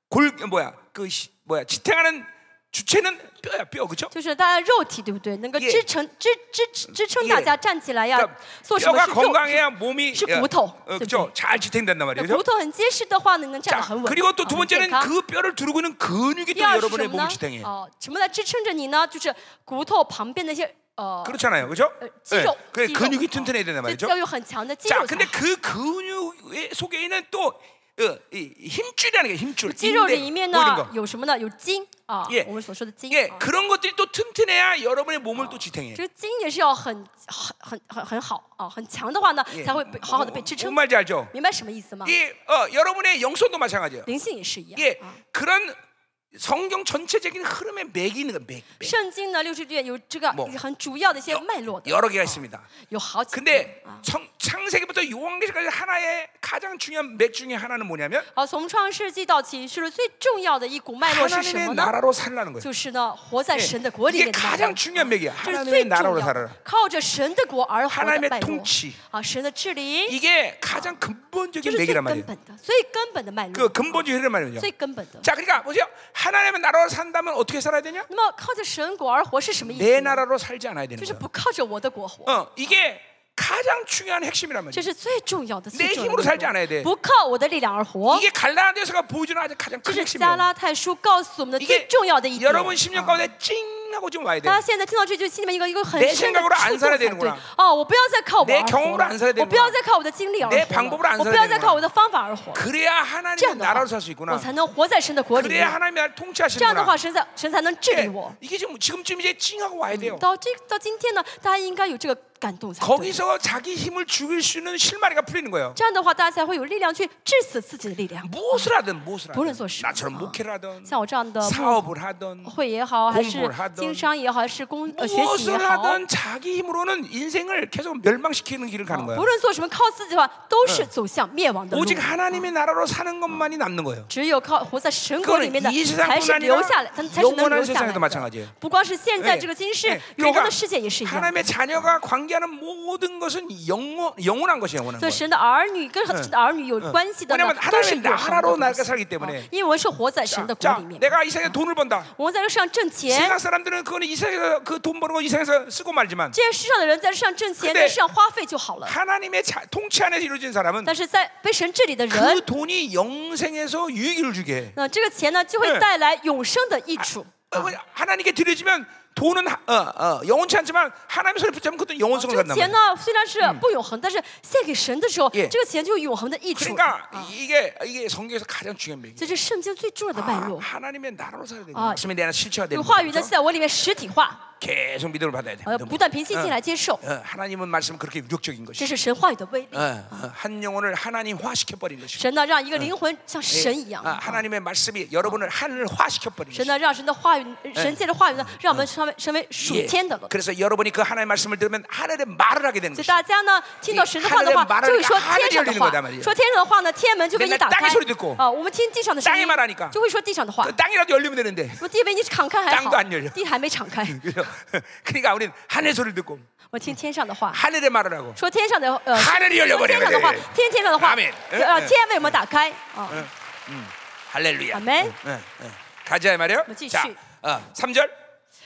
골, 뭐야, 그, 시, 뭐야, 지탱하는 주체는 뼈야, 그렇죠? 뼈, 그죠?
就是大家肉体对不对？能够
耶
支撑支支支支撑大家站起来呀
그러니까 ，
做什么
뼈가
是肉？
건강해야 몸이
시-
예,
부터.
어, 그죠? 잘 지탱된단
那
말이에요.
骨
그죠?
头很结实的话呢，能站
자,
得很稳。
그리고 또 두
啊很健
번째는
康
그 뼈를 두르고 있는 근육이 또
第二是什
여러분의
么
몸을
呢
지탱해. ？
哦，什么来支撑着你呢？就是骨头旁边那些呃
그렇잖아요, 그죠?
어,
예,
지로,
그
지로.
근육이
어.
튼튼해야 된단
就
말이죠.
要有很强的肌
자,
肉才
근데
好。
그 근육의 속에 있는 또 어, 이 힘줄이라는 게 힘줄.
肌肉
인대,
里面
뭐 이런
呢
거.
有什么呢？有筋啊
耶，
我们所说的筋
예,
啊，
그런 것들이 또 튼튼해야 여러분의 몸을 또 지탱해.
这个筋也是要很很很很很好啊，很强的话呢，
예.
才会被好好的被支
뭔 。
撑
말인지 알죠?
明白什么意思吗？
이 어, 여러분의 영성도 마찬가지예요.
灵性也是一样
예,
啊。
그런 성경 전체적인 흐름의 맥이 있는 거 맥. 맥.
圣经呢，六十卷有这个
뭐
很主要的一些脉络的，
여러 개가 있습니다.
有好几个
근데
啊。
청- 창세기부터 요한계시까지 하나의 가장 중요한 맥 중에 하나는 뭐냐면
好，从创世纪到启示录最重要的一股脉络是什
하나님의
么呢？
나라로 살라는 거예요.
就是呢，活在
예,
神的国里
이게 어.
面的脉络
가장 ， 중요한 맥이야.
这是
하나님의
最重要
나라로 살아라.
的。靠着神的国而活
하나님의
的脉络
통치
啊，神的治理
이게 가장
这
근본적인
是最
맥이란
根
말이에요.
本的、最根本的脉
그
络，
근본적인 흐름 말이에요.
最根本的。
자, 그러니까 보세요. 하나님의 나라로 산다면 어떻게 살아야 되냐?
那么靠着神国而活是什么意
내
思呢？
나라로 살지 않아야 되는
就是
거야.
不靠着我的国活，
어, 이게 가장 중요한 핵심이란
这
말이에요.
是最重要的、
내
最重要
힘으로살지않아야
的
돼
内容。不靠我的力量而活，
이게 갈라디아서가 뭐? 보여주는 아주 가장 큰
这是加
핵심이에요.
拉太书告诉我们的最
이게
重要的一点。
여러분 10년
啊
어. 가운데 찡 확신하고 지금 와야 돼.
大家现在听到这句，心里面一个一个很
내생
深的
각으로안
触
살아야
动
되는구나
对。哦，我不要再靠我
내
而
경험으
活
로안살아야
了
되는구나，
我不要再靠我的经历而活
내방법으로안
了，我
살아야
不要再
되는구나
靠我的方法而活了。
그래야 하나님의
这样的话
나라로 살 수 ， 있구나.
我才能活在神的国里
그래야
面。
하나님의 나를
这样的
통치하시는구나.
话，神才神才能治理
이게,
我。
이게 지금 지금쯤 이제 찡하고 와야 돼요.
到这到今天呢，大家应该有这个感动才对。
거기서 자기 힘을 죽일 수 있는 실마리가 풀리는 거예요.
这样的话，大家才会有力量去致死自己的力量。
무엇을 하든 무엇을 하든
不论做什么。
나처럼 목회를 하든
像我这样
뭐.
的牧
사업을 하던
会也好，还是
공부를하던
经商也好，还是工呃学习也
무엇을
好，
하든 자기 힘으로는 인생을 계속 멸망시키는 길을 가는
不
거예요.
论做什么，靠自己的话都是走向灭亡的路。
오직 하나님의 나라로 사는 것만이 남는 거예요.
只有靠活在神国里面的
그거는이세상뿐
才是留
아니라
下来，才才是能
영원한
留下
세상에도마찬가
来
지예요
的。不光是现在
예,
这个今
예.
世，永恒
그러니까
的世界也是一样。
하나님의 자녀가 관계하는 모든 것은 영원 영원한 것이 영원한
所以
거예요.
神的儿女跟神的儿女有关系的呢
왜냐면 ，
都是
하나님의
永恒
나라로
的
나가
东西。
살기 때문에
啊因为我们是活在神
자,
的国
자,
里面， 예。
내가 이 세상에 돈을 번다.
我们在这世上挣钱。
세상 사람들은 그거는 이 세상에서 그 돈 버는 거 이 세상에서 쓰고 말지만
这些世上的人在这上挣钱，
근데
在世上花费就好了。
하나님의 자, 통치 안에서 이루어진 사람은
但是在被神治理的人
그 ， 돈이 영생에서 유익을 주게 해.
那这个钱呢，就会
예
带来永生的益处。
어, 왜? 하나님께 드려지면 돈은 하- 어, 어, 영원치 않지만 하나님의 손에 붙잡으면 그것도
这
영원성을
个
갖는
钱
말
呢，虽然是不永恒，但是献给神的时候，
예
这个钱就有永恒的益处。
그러니까 이게 이게 성경에서 가장 중요한
这
맥이.
是圣经最重要的脉
아,
络。
하나님의 나라로 살아야 되는
아,
말씀에 대한 실체가
这
되는
个
거죠.
话语呢，就在我里面实体化，
계속 믿음을 받아야 돼.
我要
믿음을.
不嗯断凭信心来接受
어, ， 하나님은 말씀 그렇게 유력적인
这
것이.
是神话语的威力
어, 。 어, 한 영혼을 하나님화 시켜 버린 것이.
神呢，让一个灵魂像
그
神一样。
하나님의 말씀이 여러분을 하늘화 그 시켜 버린
神
것이.
呢，让神的话语，神界的话语呢，让我们成为成为属
예.
天的了。
그래서 여러분이 그 하나님의 말씀을 들으면 하늘의 말을 하게 되는
所以
것이.
大家呢，听到神的话的
하늘의말
话，
하니까
就会说天上的
하늘이열리는거
话
단，말이야
说天上的话呢，天门就给你打
맨날
开
땅의소리듣고 。
啊，我们听地上的声
땅의
音
말 하니까 ，
就会说地上的话
그 。 땅이라도 열리면 되는데.
我地被你敞开还好
땅도안열려 ，
地还没敞开，
그죠? 그러니까 우리는 하늘 소리를 듣고
我听天上的话，
하늘의 말을 하고
说天上的呃，
하늘이열려버
说
려야
天上的话
돼 ，
听天上的话，
아멘.
呃，天为我们打开啊。
할렐루야.
아멘.
응, 응, 응. 가자 이 말이요.
뭐지,
자,
씨.
어, 3절.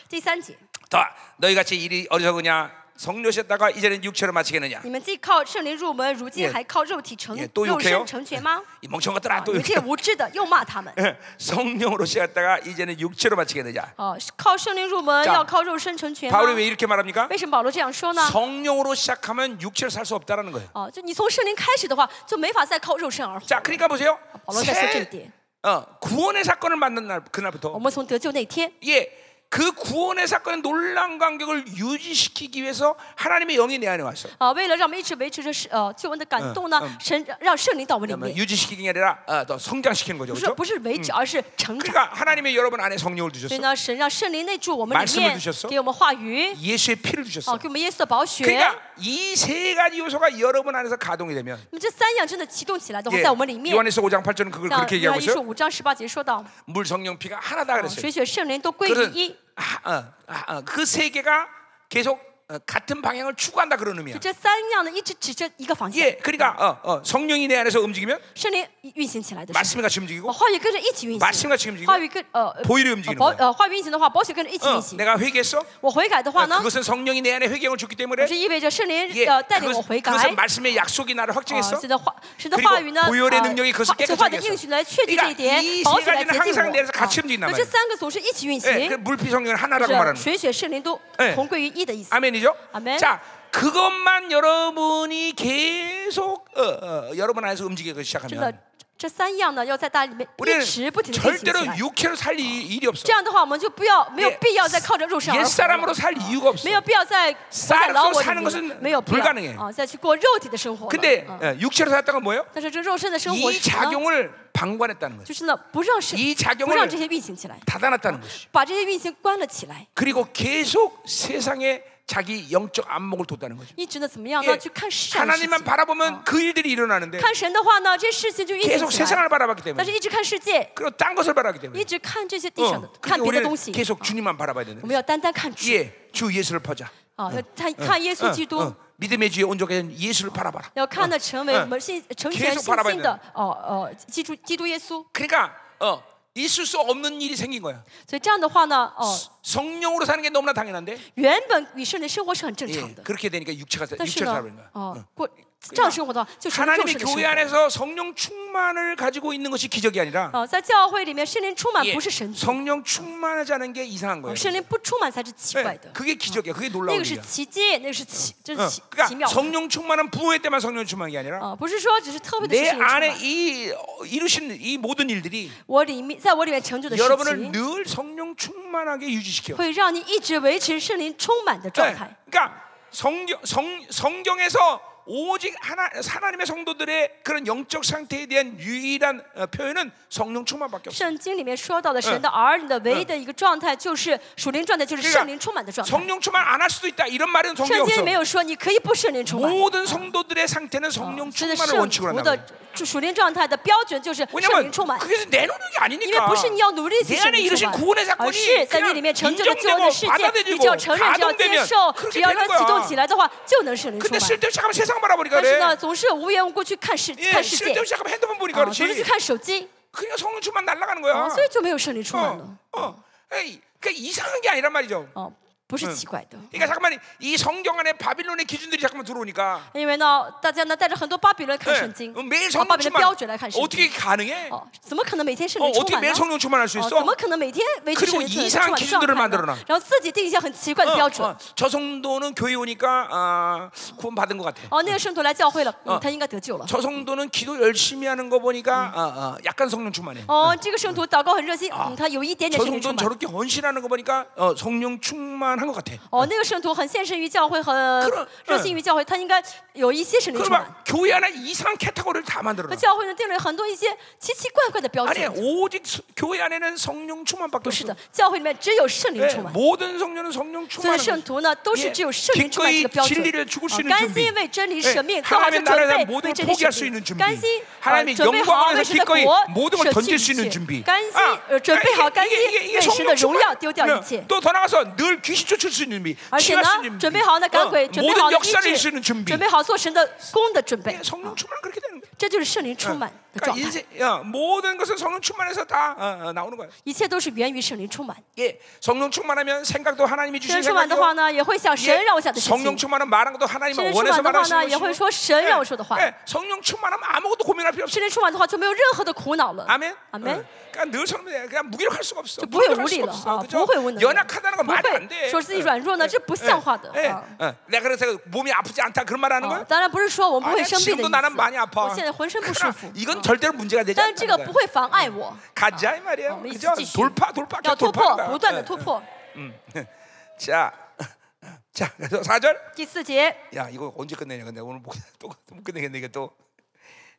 第三节，
더 너희 같이 일이 어리석으냐 성료셨다가 이제는 육체로 마치겠느냐.
你们既靠圣灵入门，如
예
今还靠肉体成
예, 또
肉
욕해요.
身成全吗？
아, 이 멍청 같더라
啊
또
你们这
욕해요.
无知的又骂他
嗯
们。
예, 성령으로 시작했다가 이제는 육체로 마치겠느냐.
哦，是靠圣灵入门，
자
要靠肉身成全吗？
바울이 왜 이렇게 말합니까?
为什么保罗这样说呢？
성령으로 시작하면 육체로 살 수 없다라는 거예요.
哦，就你从圣灵开始的话，就没法再靠肉身而活。
자, 그러니까 보세요.
아, 바울은 사실 좀
새,
이때.
어, 구원의 사건을 만난 날 그날부터
我们从得救那天，
예, 그 구원의 사건의 놀라운 간격을 유지시키기 위해서 하나님의 영이 내 안에 왔어.
啊，为了让我们一直维持着是呃救恩的感动呢，神让圣灵到我们里
그러면
面，
뭐 유지시키는 게 아니라 어, 더 성장시키는 거죠.
不是
그렇죠?
不是维持，而是成长。
그러니까 하나님이 여러분 안에 성령을
所以
주셨어.
呢，神让圣灵内住我们里
말씀을주셨 어 ，
面给我们话语，
예수의 피를
哦，
주셨어.
给我们耶稣的宝血。
그러니까 이 세 가지 요소가 여러분 안에서 가동이 되면
那么这三样真的启动起来的话，
예,
在我们里面，
요한에서 5장 8절은 그걸
像
그렇게
约
얘기하고
翰一书
있어요.
五章十八节说到，
물 성령 피가 하나다
哦
그랬어요.
水血圣灵都归于
그것은
一。
하- 어, 하- 어, 그세 개가 계속 어, 같은 방향을 추구한다 그런 의미야.
这三样呢，一直指着一个方向。
예, 그러니까 어, 어, 성령이 내 안에서 움직이면
圣灵运行起来的时候。
말씀이 같이 움직이고
哦，话语跟着一起运
말씀같이움직이고
行，话语跟呃呃
보혈이움직이는거야
保呃话语运行的话，保险跟着一起
어,
运行。
내가 회개했어?
我悔改的话
어,
呢，
그것은 성령이 내 안에 회개형을 줬기 때문에
是意味着圣灵
예,
呃带领我
그것-
悔改。
그것은 말씀의 약속이 나를
啊，
확증했어.
神的话，神的
그리고
话语呢，
보혈의능력이그것을
啊
깨끗하게해서
神话的应许来确定这一点
그러니까 ，이 세
保险来
가지는
接近
항상
我。
내에서 같이
啊那
움직인단
这
말이에요.
三个总是一起运
예, 그
行，
물피성령을 하나라고
是
말하는 거예요.
水血圣灵都
예
同归于一的意思。
아멘이죠?
아멘.
자, 그것만 여러분이 계속 어, 어, 여러분 안에서 움직이기
真的
시작하면 ，
这三样呢，要在大家里面
우리는
一直不停的运行起
절대로
来。
육체로 살 이- 일이 없어.
这样的话，我们就不要没有
예
必要再靠着肉身而
옛
活了
사람으로 。살 이유가 없어.
没有必要再活在牢
쌀
我
사는것은
没有必要
불가능해
啊，再去过肉体的生活了。
근데
嗯
예, 육체로 살았다가 뭐예요?
但是这肉身的生活
이
是呢，
작용을 방관했다는 거예요.
就是呢，不让神
이작용을
不让这些运行起来，
닫아놨다는 것이.
把这些运行关了起来，
그리고 계속 세상에 자기 영적 안목을 뒀다는 거죠.
一直呢怎么样
예,
呢？去看世上的事情
하나님만 ， 바라보면 그 일들이 일어나는데
看神的话呢，这事情就运行
계속
起来
세상을 。 바라봤기
但是
때문에
一直看世界，
그리고 딴 것을 바라기
一
때문에
直看这些地上的
어, ， 그러니까
看别的
우리는
东西，
계속 주님만 바라봐야 되는
我们要单单看主
예주 예수를 보자
啊，要看看耶稣基
어,
督
어, ， 믿음의 주의 온전한 예수를 바라봐라
要看的成为
嗯
我们信成全
계속
信
바라봐야
心的哦哦，基督基督耶稣。
그러니까 어, 있을 수 없는 일이 생긴 거야
所以这样的话呢，哦，
성령으로 사는 게 너무나 당연한데
原本与圣灵生活是很正常
예,
的，
그렇게 되니까 육체가
但是
육체를
呢
살아버린 거야 ，
哦，过这样生活的话，就是重
하나님의
视的生活
교회 。 안에서 성령 충만을 가지고 있는 것이 기적이 아니라
哦，在教会里面，圣灵充满
예,
不是神迹，
성령 충만하지 않은 게 이상한
哦
거예요.
圣灵不充满才是奇
네,
怪的。
그게 기적이야. 그게
那
놀라운
个嗯是
일이야.
奇迹，那个是奇，这
어,
是奇奇妙
그러니까
的。
성령 충만은 부모의 때만 성령 충만이 아니라
啊，不是说只是特别的事
내
情充
안에
满，
이 어, 이루신 이 모든 일들이
我里面在我里面成就的事
여러분을
情，
늘 성령 충만하게 유지시켜.
会让你一直维持圣灵充满的状
네,
态。
그러니까 성경 성, 성경에서 오직 하나 하나님의 성도들의 그런 영적 상태에 대한 유일한 어, 표현은 성령 충만밖에 없어.
圣经里面说到的神的儿女的唯一的一个状态，就是啊属灵状态，就是圣灵充满的状态。
성령 충만 안 할 수도 있다 이런 말은 성경에
圣经
없어.
没有说你可以不圣灵充满，
모든 성도들의 상태는 성령
这个
충만을
圣
원칙으로
徒
한다.
的属灵状态的标准就是圣
왜냐면
灵充满。
그게 내 노력이
因为
아니니까.
不是你要努力去
내
圣
안에
灵充
이루신
满
구원의 ，
而
사건이
是在你
그냥
里面成就了救恩
인정되고
的世界，你只要
받아들이고
承认，只要接
가동되면
受，只
그렇게
要让
되는
它启动
거야.
起来啊的话，就能圣灵充
근데
满。
쓸데없이 잠깐 세상 바라보니까
但是呢，
그래.
总是无缘无故去看世
예,
看世界，
쓸데없이 잠깐 핸드폰
啊
보니까 ，
总是去
아, 그렇지.
看手机，
그냥 성령 충만 날아가는
啊，
거야.
所以就没有圣灵充满了
어, 。 어. 에이, 그러니까 이상한 게 아니란 말이죠.
哦，不是奇怪的。
그러니까 잠깐만 이 성경 안에 바빌론의 기준들이 잠깐만 들어오니까
因为呢，大家呢带着很多巴比伦看
예,
圣经，
매일
啊，巴
성령
比伦
충만
标准来看圣
어떻게
经，
가능해?
哦，怎么可能每哦天圣
어
灵充
어떻게
满呢？
매일 성령 충만할 수
哦，
있어? 뭐
怎么可能每天维持
그리고
圣灵充
이
满的啊嗯
상한
状
기준들을
态
만들어
呢
놔 ？
然后自己定一些很奇怪的标准。
어, 저 성도는 교회 오니까 아, 구원 받은 것 같아.
哦，那个圣徒来教会了，嗯，他应该得救了。
저 성도는 기도 열심히 하는 거 보니까 아, 아, 약간 성령 충만해.
哦，这个圣徒祷告很热心，嗯，他有一点点
저
圣灵
네, 성도는
充满。
저렇게 헌신하는 거 보니까 어, 성령 충만한 것 같아.
哦，那个圣徒很献身于教会，很
그럼
热心于教会，他应该有一些圣灵充满。
그러면 교회 안에 이상한 카테고리를 다 만들어.
那
놔.
教会呢定了很多一些奇奇怪怪的标
아니
准。
오직 수- 교회 안에는 그렇죠. 성령 충만밖에
不是
없어.
的，教会里面只有圣灵
예,
充满。
모든 성령은 성령
所
충만한
以圣
거지.
徒呢，都是哎
예,
只有圣灵充满这
기꺼이
个标准
진리를 ， 죽을 수
啊
있는
甘心
준비.
为真理
예,
舍命，做好这
하나님의
准
나라에
备，
모든 걸
为真理
포기할
舍
수 있는
命，
준비.
甘心啊
하나님의
准备好
영광을
为神的
기꺼이
国
모든
舍
걸
弃
던질
一
수 있는
切
준비. ，
甘心
아,
呃准备好，
그러니까
甘心
이게- 이게- 이게
为神
성령
的荣
충만.
耀丢掉一
네,
切。
또더 나가서 늘 귀신 쫓을 수 있는 준비,
而且
치유할
呢
수 있는 ， 준비,
准备好呢赶
어,
鬼，准备
모든
好医
역사를
治
이루는 ， 준비.
准备好做神的功的准备
예, ， 성령 충만 그렇게 되는 거야.
这就是圣灵充满的
그러니까
状态，
인생, 어, 모든 것은 성령 충만해서 다 어, 어, 나오는 거야.
一切都是源于圣灵充满。
예, 성령 충만하면 생각도 하나님이 주신
圣灵充满的话
생각이고,
呢，也会想
예,
神让我想的事
성령
情。
충만은 말한 것도 하나님
圣灵充
원해서
满的
말할
话
수
呢，
있는
也会
것이고,
说神让我说的话。
예, 성령 충만하면 아무것도 고민할 필요 없어.
圣灵充满的话，就没有任何的苦恼了。
아멘.
阿门
어, 。 그러니까 늘 성령 그냥 무기력할 수가 없어.
啊就不会
무기력할
无力
수가
了
없어.
啊，不
그죠?
会无能了，
연약하다는 건
不
말이 안
会
돼. 어.
说自己软弱呢，这不像话的
예,
啊。
어, 내가 그래서 몸이 아프지 않다 그런 말 하는
啊
거야?
当然不是说我们不
아니야,
会生病的
지금도
意
나는 많이
思，
아파.
我现在 浑身不舒
그러나
服，
이건
啊
절대로 문제가 어, 되지
但是这
않는
个
거야.
不会妨碍我。
가자 이 말이야.
啊我们一起
그죠?
继续
돌파, 돌파,
要突
돌파.
破，不断的哎突破。
자, 자, 그래서 4절.
第四节，
야, 이거 언제 끝내냐? 근데 오늘 못, 또, 못 끝내겠네 이게 또.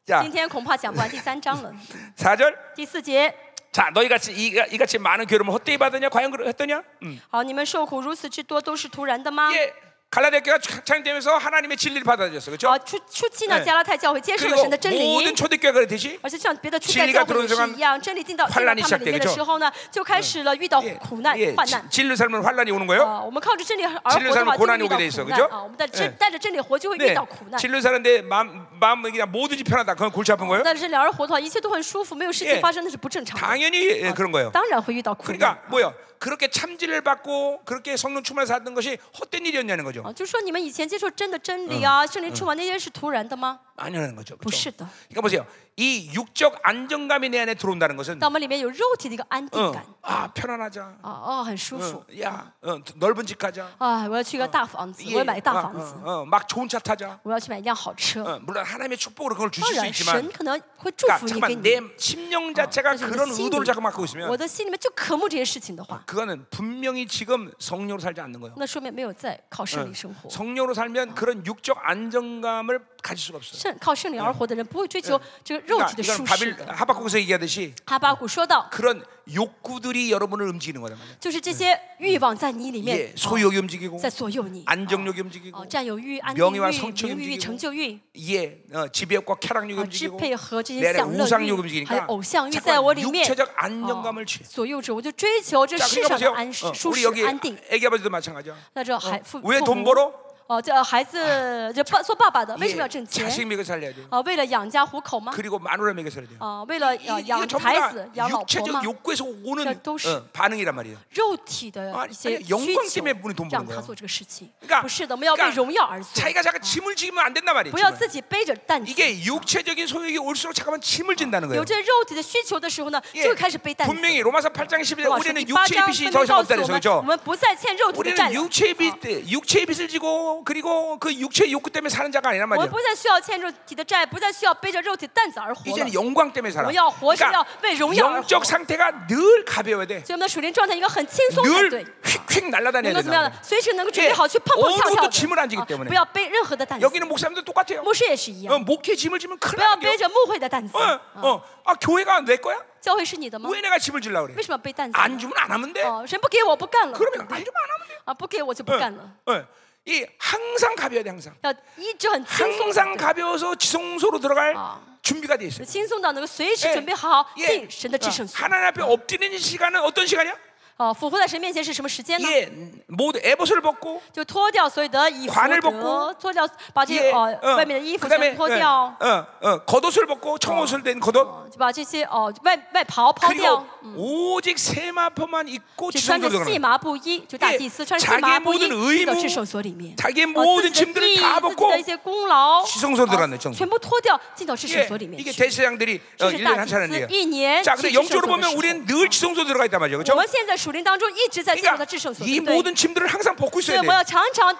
자,
今天恐怕讲不完第三章 了。
4절.
第四节，
자, 너희 같이 이, 이같이 많은 괴로움을 헛되이 받으냐? 과연 그랬더냐? 음.
好，你们受苦如此之多，都是突然的吗？
예, 갈라디아 교회가 창되면서 하나님의 진리를 받아들였어, 그렇죠?
啊，初初期呢，
네
加拉太教会接受了神的真
그리고
理
모든 ， 초대교회가 그랬듯이
而且像别的初
진리가
代教会也
들어오는
是
순간
一样，真理进到进
환
入
란이
他们里面的
시작되겠죠
时候呢，就嗯开始了遇到
예,
苦难
예,
患难
지- 。 진리로 살면 환란이 오는 거예요.
啊，我们靠着真理而
진리로
活的话，
살면
就
고난 이
会遇
오게
到
돼 있어,
苦
그죠
难啊！我们带真
예
带着真理活，就会遇
네,
到苦难。
진리로 사는데 마음 마음 그냥 뭐든지 편하다. 그건 골치 아픈 거예요.
但是两人活的话，一切都很舒服，没有事
예
情发生，那是不正常的。
당연히 예, 그런 거예요.
当然会遇到苦难啊
그러니까 뭐요? 그렇게 참질을 받고 그렇게 성령 충만을 사던 것이 헛된 일이었냐는 거죠.
啊！就说你们以前接受真的真理啊，圣灵充满那些是突然的吗？
아니라는 거죠. 그렇죠?
不是的。
그러니까 보세요. 이 육적 안정감이 내 안에 들어온다는 것은
但我们里面有肉体的一个安
어,
定感
아 편안하자.
啊哦，很舒
어,
服
야 어, 넓은 집 가자.
啊！我要去一个大房子，
예,
我要
아,
买个大
어,
房子，
어, 막 좋은 차 타자.
我要去买一辆好车。
어, 물론 하나님의 축복으로 그걸
当
주실 수
然，神
있지만
可能会祝
그러니까
福你，给
잠깐만
你
내 심령 자체가
啊但是我的
어, 그런
心
의도를
里
자꾸 갖고
我
있으면
的心里面就渴慕这些事情的话，
그거는 분명히 지금 성령으로 살지 않는 거예요.
那说明没有在靠圣灵生活。
성령으로 살면 그런 육적 안정감을 가질 수가 없어요.
圣靠圣灵而活的人，不会追
嗯
求这个肉
그러니까
体的
이건
舒适
바빌
的。
하박국에서 얘기하듯이
哈巴谷说到，
그런 욕구들이 여러분을 움직이는 거란 말이에요.
就是这些欲望在你里
예,
面啊
소욕이 움직이고
在左右你，
안정욕이 움직이고
哦，占有欲、安
명예
定
와성
欲、
취욕
名誉
움직이고
欲、成就欲。
예, 어, 지배욕과 쾌락욕이
啊，支
움직이고
配和这
내
些
안에
享
우상욕이
乐欲，还有
움직이니까 어,
偶像欲在我
자꾸만
里面
육체적
哦
안정감을 취해.
左右着，我就追求这
자,
世
어. 그러니까
上的
보세요.
安
어,
舒
우리
适
여기
安定。
애기 아버지도 마찬가지야.
那这还父父
왜 돈
母
벌어?
哦，这孩子就爸做爸爸的为什么要挣
예,
钱？
자식 먹여 살려야 돼요.
啊，为了养家糊口吗？
그리고 마누라 먹여 어, 살려야 돼요.
啊，为了要
이-
养
이게
孩子、养
전부 다
老婆吗
육체적 ？ 욕구에서 오는
그러니까 또 시-
어, 반응이란 말이에요.
肉体的
아니
一些
아니
需
영광때문에문에돈
求
버는，
让
거예요
他做这个事情。
그러니까
不是的，我们要为
그러니까
荣耀而做，
자기가 자기 짐을 지기면 안 된단 말이에요.
不要
짐을.
自己背着担子。
이게 육체적인 소욕이 올수록 잠깐만 짐을 진다는
有
거예요.
这肉体的需求的时候呢，
예,
就会开始背担子。
분명히 로마서 8장 11절
哇说第
우리는
八
육체의
章分
빛이
明
더
告
이상
诉
없다 그래서
我
어.
们，
그죠?
我们不再欠肉体的啊占
우리는
有，
육체의 빛, 육체의 빛을 지고 그리고 그 육체의 욕구 때문에 사는 자가 아니란
我们
말이에요.
不再需要欠肉体的债，不再需要背着肉体担子而活了
이제는 。 영광 때문에 살아. 그러니까
我要活是要为荣耀而活。所
영적 상태가 늘 가벼워야 돼.
以我们的属灵状态应该很轻松才对
늘 ， 휙휙
能
날아다녀야
够怎么样呢
된다. ？
随时能够准备好去碰碰跳
어느것도
跳
짐을 안 지기
的，啊
때문에
不要背任何的担子。
여기는 목사님도 똑같아요.
牧师也是一
어,
样，
목회 짐을 지면 큰일
不要
나는
背
게.
着牧会的担子。
어,
啊
어, 아 교회가 내 거야?
教会是你的吗？
왜 내가 짐을 질라 그래?
为什么要背担子？
안 주면 안 하면 돼.
哦，神不给我不干了，
그러면 안 주면 안 하면 돼.
啊，不给我就不干了，
어, 어. 이 항상 가벼워야 돼 항상.
要一直很轻松才
항상
对，
가벼워서 지성소로 그 들어갈
아.
준비가 돼 있어요.
轻松到能够随时
예
准备好好
예.
进神的至圣所。
하나님 앞에 엎드리는 시간은 어떤 시간이야?
哦，俯伏在神面前是什么时间呢？
예, 모두 에봇을 벗고
就脱掉所有的衣服
관을
得
벗고 ，
脱掉把这
예,
些哦
어,
外面的衣服
그다음에
全脱掉
예, ， 어, 어, 겉옷을 벗고 청옷을 된 겉옷
哦就把这些哦外外袍抛
그리고
掉，
오직 세마포만 입고
只穿着
지성소로
细
들어가는
麻布衣，就大祭司穿着细麻布衣
자기의모든의무
进到至圣所里面，
자기의
哦
모든
自己的
짐들을 다
自己
벗고
的一些功劳，
지성소로들어갔네
哦
정말
全部脱掉进到至圣
예,
所里面
이게
去。
대세장들이 어,
这
1년에 한
是大祭
차례는
司
돼요.
一年
자,
去至
근데
圣所
영적으로
的
보면
时
우리는
候。
늘 예, 지성소 들어가 있단 말이죠.
我
그렇죠?
们现在属灵当中一直在进入到
그러니까
至圣所，
이
对不对
모든 짐들을 항상 벗고
所以
있어야
我们
돼.
要常常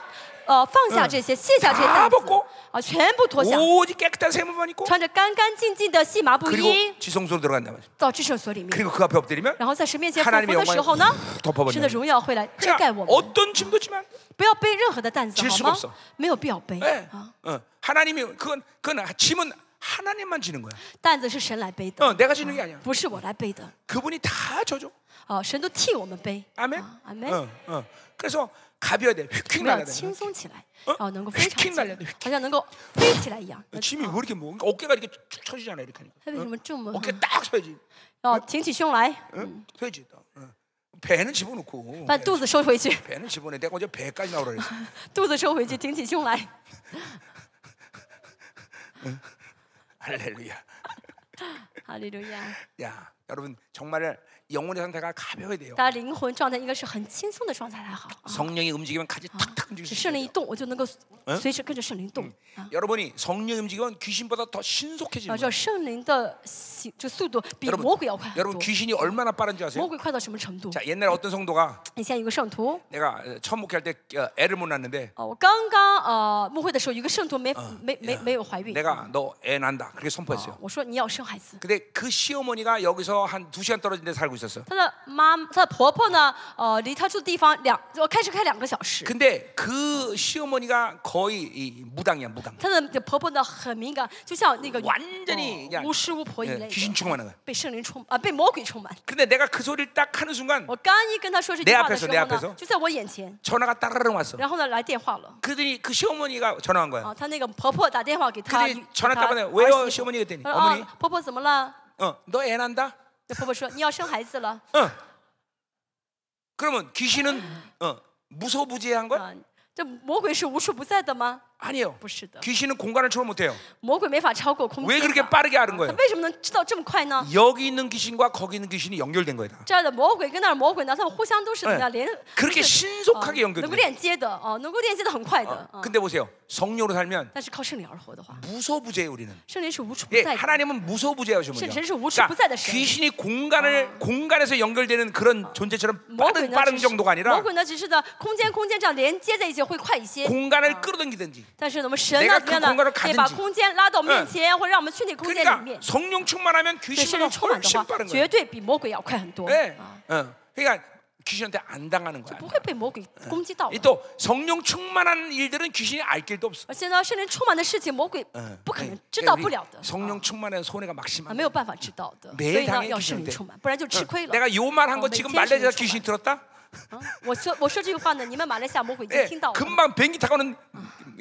呃放下这些，卸下这些
嗯 다
担子
벗고
啊，全部脱下，
오직 깨끗한 세마포만 입고
穿着干干净净的细麻布
그리고
衣
지성소로 들어간단 말이죠. 예.
到至圣所里面，
그리고 그 앞에 엎드리면
然后在神面前俯
하나님의
伏的时候呢
영광이덮어버리는 ，
神的荣耀会来遮盖
그러니까
我们，
어떤 짐도 지만
不要背任何的担子
질
好
수가없
吗
어 ？
没有必要背
예.
啊，
어, 하나님이 그건 그건 짐은 하나님만 지는 거야.
担子是神来背的，
어, 내가 지는 게 아니야.
不是我来背的
그분이 다 져줘.
啊，神都替我们背。
아멘.
아, 아멘.
어, 어. 그래서 가벼야 돼. 휙휙
我们要
날아야
轻
돼.
松起来，
嗯
然后能够非常
휙
轻
날려돼 ，
好像能够飞起来一样。
짐이 왜 이렇게 뭐 어깨가 이렇게 쭉 쳐지잖아 이렇게.
他为什么这么
어깨 딱 서야지.
哦？挺起胸来，
응? 서야지. 어. 배는 집어넣고.
把肚子收回去，
배는 집어넣어. 내가 어제 배까지 나오라 그랬어.
肚子收回去，挺起胸来。
할렐루야.
哈利路亚！
야, 여러분 정말 영혼의 상태가 가벼워야 돼요.
大家灵魂状态应该是很轻松的状态才好。
성령이 움직이면 같이 탁탁
只
움직일 수
圣灵一
있어요.
动，我就能够随时跟着圣灵动啊！
여러분이 성령 움직이면 귀신보다 더 신속해지는
然后
거예요.
圣灵的行就速度比
여러분,
魔鬼要快很
여러분
多。
귀신이 얼마나 빠른지
魔
아세요?
鬼快到什么程度？
자 옛날에 어떤 성도가
以前有个圣徒，
내가 처음 목회할 때 어, 애를 못 낳는데
哦，我刚刚呃牧会的时候，有一个圣徒没没没没有怀孕，
내가 너 애 낳는다 그렇게 선포했어요.
我说你要生孩子。
근데 그 시어머니가 여기서 한 두 시간 떨어진 데 살고 있었어.
她的妈，她的婆婆呢？呃，离她住的地方两，我开车开两个小时。
근데 그 시어머니가 거의 이 무당이야 무당.
她的婆婆呢很敏感，就像那个
完全地
哦
像
巫师巫婆一
예,
类的
귀신 충만한 거야.
被圣灵充啊、被魔鬼充满。
근데 내가 그 소리를 딱 하는 순간
我刚一跟她说这句
내
话的
앞에서
时候
내 앞에서
呢，就在我眼前，
전화가 따르릉 왔어.
然后呢来电话了。
그러더니 그 시어머니가 전화 한 거야.
啊，她那个婆婆打电话给她，
그들이 전화
她
때문에
儿媳
왜요
妇
시어머니 그랬더니
她说
어머니
啊，婆婆怎么了？
어, 너 애 난다?
那婆婆说你要生孩子了
어. 그러면 귀신은 어, 무소부지한 거야?
啊？这魔鬼是无处不在的吗？
아니에요.
不是的，
귀신은 공간을 초월 못해요.
魔鬼没法超过空
왜
间的。
그렇게 빠르게 하는
他
거예요?
为什么能知道这么快呢？
여기 있는 귀신과 거기 있는 귀신이 연결된 거예요. 다.
这儿的魔鬼跟那儿的魔鬼呢，他们互相都是怎么样连？
그렇게
都是
신속하게
呃
연결돼
能够链接的哦、能够链接的很快的。啊嗯
근데 보세요. 성령으로 살면
但是靠圣灵而活的话，
무소부재예요, 우리는.
圣灵是无处不
예,
在的。
하나님은 무소부재하신 분이요. 그러니까
신체는 무소부재의 신.
귀신이 공간을 공간에서 연결되는 그런 존재처럼
魔鬼
빠른
呢，
빠른
只是
정도가
魔
아니라
鬼呢，只是呢空间空间这样连接在一起会快一些。
공간을 끌어당기든지
但是呢我们神
내가
呢，
그
怎么样呢
공간을가든지
可以把空间拉到我们面前，或者嗯让我们去那个空间里
그러니까
面。
성령 충만하면
对圣
그 귀신보다
灵充满的
훨씬
话，
빠른 거예요.
绝对比魔鬼要快很多，
예.
啊
어. 그러니까 귀신한테 안 당하는 거야.
不会被魔鬼攻击到的。
이또 성령 충만한 일들은 귀신이 알 길도 없어.
而且呢，圣灵充满的事情，魔鬼
어.
不可能
예.
知道
우리
不了的，
성령 충만한 손해가 막심한.
啊，没有办法知道的。所
매일
以
당해
呢，要
귀신
圣
올
灵
때
充满，不然就吃亏
거예요.
了。啊
내가 요 말 한 거
어,
지금
매일
말레이시아
신이
귀신 들었다?
啊我说我说这句话呢，你们马来西亚魔鬼已经
예.
听到了。
금방 비행기 타고는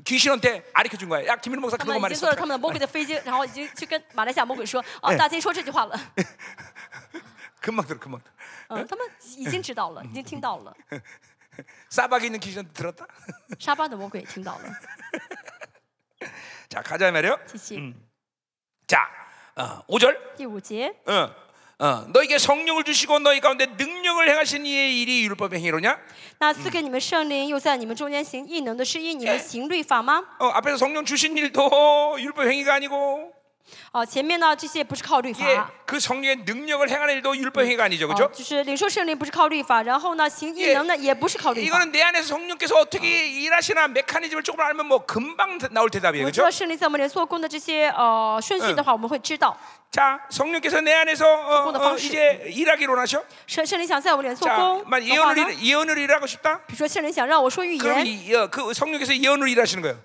귀신한테 아리켜 준 거야. 야 김민호 목사
他
그런
们
거
已经坐
말했어.
了他们的魔鬼的飞机，然后已经去跟马来西亚魔鬼说：“啊，大金说这句话了。
금방 들어, 금방 들어.
嗯，他们已经知道了，已经听到了。
싸박이 있는 귀신한테 들었다.
沙巴的魔鬼听到了，
자 가자 이 말이요.
继续、
자 어, 5절
第五节，
어, 어, 너에게 성령을 주시고 너희 가운데 능력을 행하신 이의 일이 율법의 행위로냐?
那赐给你们圣灵，又在你们中间行异能的是依你们行律法吗？
어, 앞에서 성령 주신 일도 율법 행위가 아니고
哦、前面呢这些不是靠律
예,
法。啊
그 성령의 능력을 행하는 일도 율법 행위가 아니죠,
哦
그렇죠?
就是领受圣灵不是靠律法，然后呢，行异能呢也不是靠律法。
이거는 내 안에서 성령께서 어떻게 일하시나 메커니즘을 조금 알면 뭐 금방 나올 대답이에요,
我们知
그렇죠?
道圣灵在我们里面做工的这些呃顺序的话，我们会知道
자, 성령께서 내 안에서 어,
조금 더
어,
방식.
이제 일하기로 하셔.
圣圣灵想在我们里面做
자,
工
만
的话
예언을
呢，
일, 예언을 일하고 싶다.
比如说圣灵想让我说预
그럼
言，
이, 어, 그 성령께서 예언을 일하시는 거예요.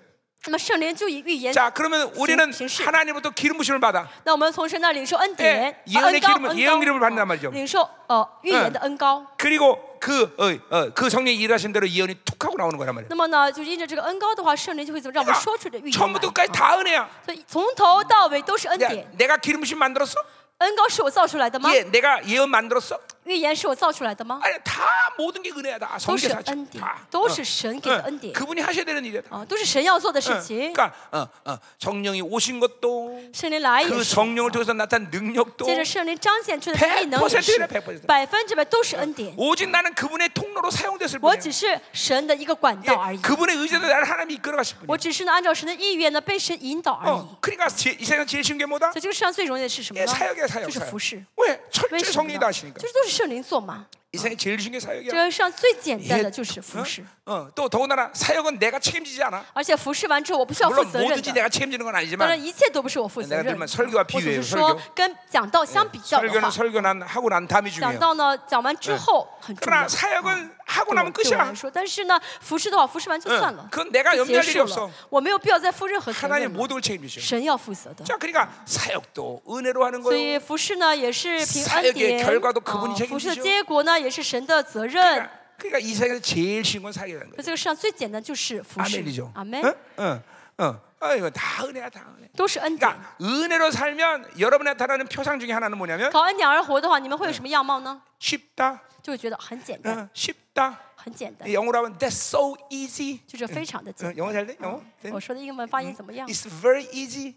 那么圣灵就以预言，
자, 그러면 우리는
진실.
하나님으로부터 기름 부심을 받아.
那我们从神那领受恩典
예，
啊
예언의
恩高
기름을
恩
예언기름을받는단말이
高，
죠
领受呃预言的恩高。
그리고 그, 어, 어, 그 성령이 일하신 대로 예언이 툭 하고 나오는 거란 말이에요.
那么呢，就因着这个恩高的话，圣灵就会怎么让我们
그러니까
说出这预言来
처음부터 끝까지
啊
다 은혜야.
所以从头到尾都是恩
야,
典。
내가 기름 부심 만들었어?
恩高是我造出来的吗？
예, 내가 예언 만들었어?
预言是我造出来的吗？
아니 다 모든 게 은혜야 다
都是
성령 사죠
恩典
다 ，
都是神给
응,
的恩典
그분이 하셔야 되는 일이야 다.
啊，都是神要做的
응,
事情。
그러니까 어, 어, 성령이 오신 것도
圣灵来也
그
是，
성령을 통해서 나타난 능력도
接着圣灵彰显出的异能也是
100%다
百分之百都是恩典。
오직 나는 그분의 통로로 사용됐을
我
뿐이야
只是神的一个管道而
예,
已，
그분의 의지로 나를 하나님이 이끌어가실
我
뿐이야
只是呢按照神的意愿呢被神引导而已。
어, 그러니까 제, 이 세상 제일 쉬운 게 뭐다?
所以这个世上最容易的是什么
예,
呢？
사역이야 사역
就是服
사역
侍。
왜
为
철저히
什么
성령이 다
呢？
하시니까
就是都是圣灵做嘛。
이 세상에 제일 쉬운 게
这
사역이야
个世上最简单的
예,
就是服侍，
어, 어, 또 더군다나 사역은 내가 책임지지 않아
而且服侍完之后我不需要负
물론
责任
뭐든지
的。
내가 책임지는 건
当
아니지만
然一切都不是我负责
내가
任的。
들면 설교와
我只
비유해요
是说
설교
跟讲道相比较的
설교는
话，
설교 난 하고 어. 난 다음이
讲
중요해요
道呢讲完之后很重
그러나
要。
사역은 하고
对我
나면
对我
끝이야
来说，但是呢，服侍的话，服侍完就算
嗯
了，
그건내가염려할
就结
일이
束
없어
了，我没有必要再负任何责
하나님
任了。
모든 걸 책임지셔
神要负责的，
자 그러니까 사역도 은혜로 하는
所
거예요
以服侍呢也是 凭
사역의
恩典，
결과도그분이
啊
책임지죠
服侍的结果呢也是神的责任。
그러니까, 그러니까 이 세상에서 제일 쉬운 건 사역이라는
那
거예요
这个世上最简单就是服侍
아멘이죠 ，
阿门，
응? 응, 응. 아, 이거 다 은혜야 다 은혜
都是恩典。
그러니까 은혜로 살면 여러분이 나타나는 표상 중에 하나는 뭐냐면
靠恩典而活的话，你们会有什么样貌呢？
嗯 쉽다
就会觉得很简单，
응, 쉽다
很简单，
영어로 하면 that's so easy
就是非常的简
응,
单。
영어 잘돼? 영어?
我说的英文发
嗯
音怎么样？
It's very easy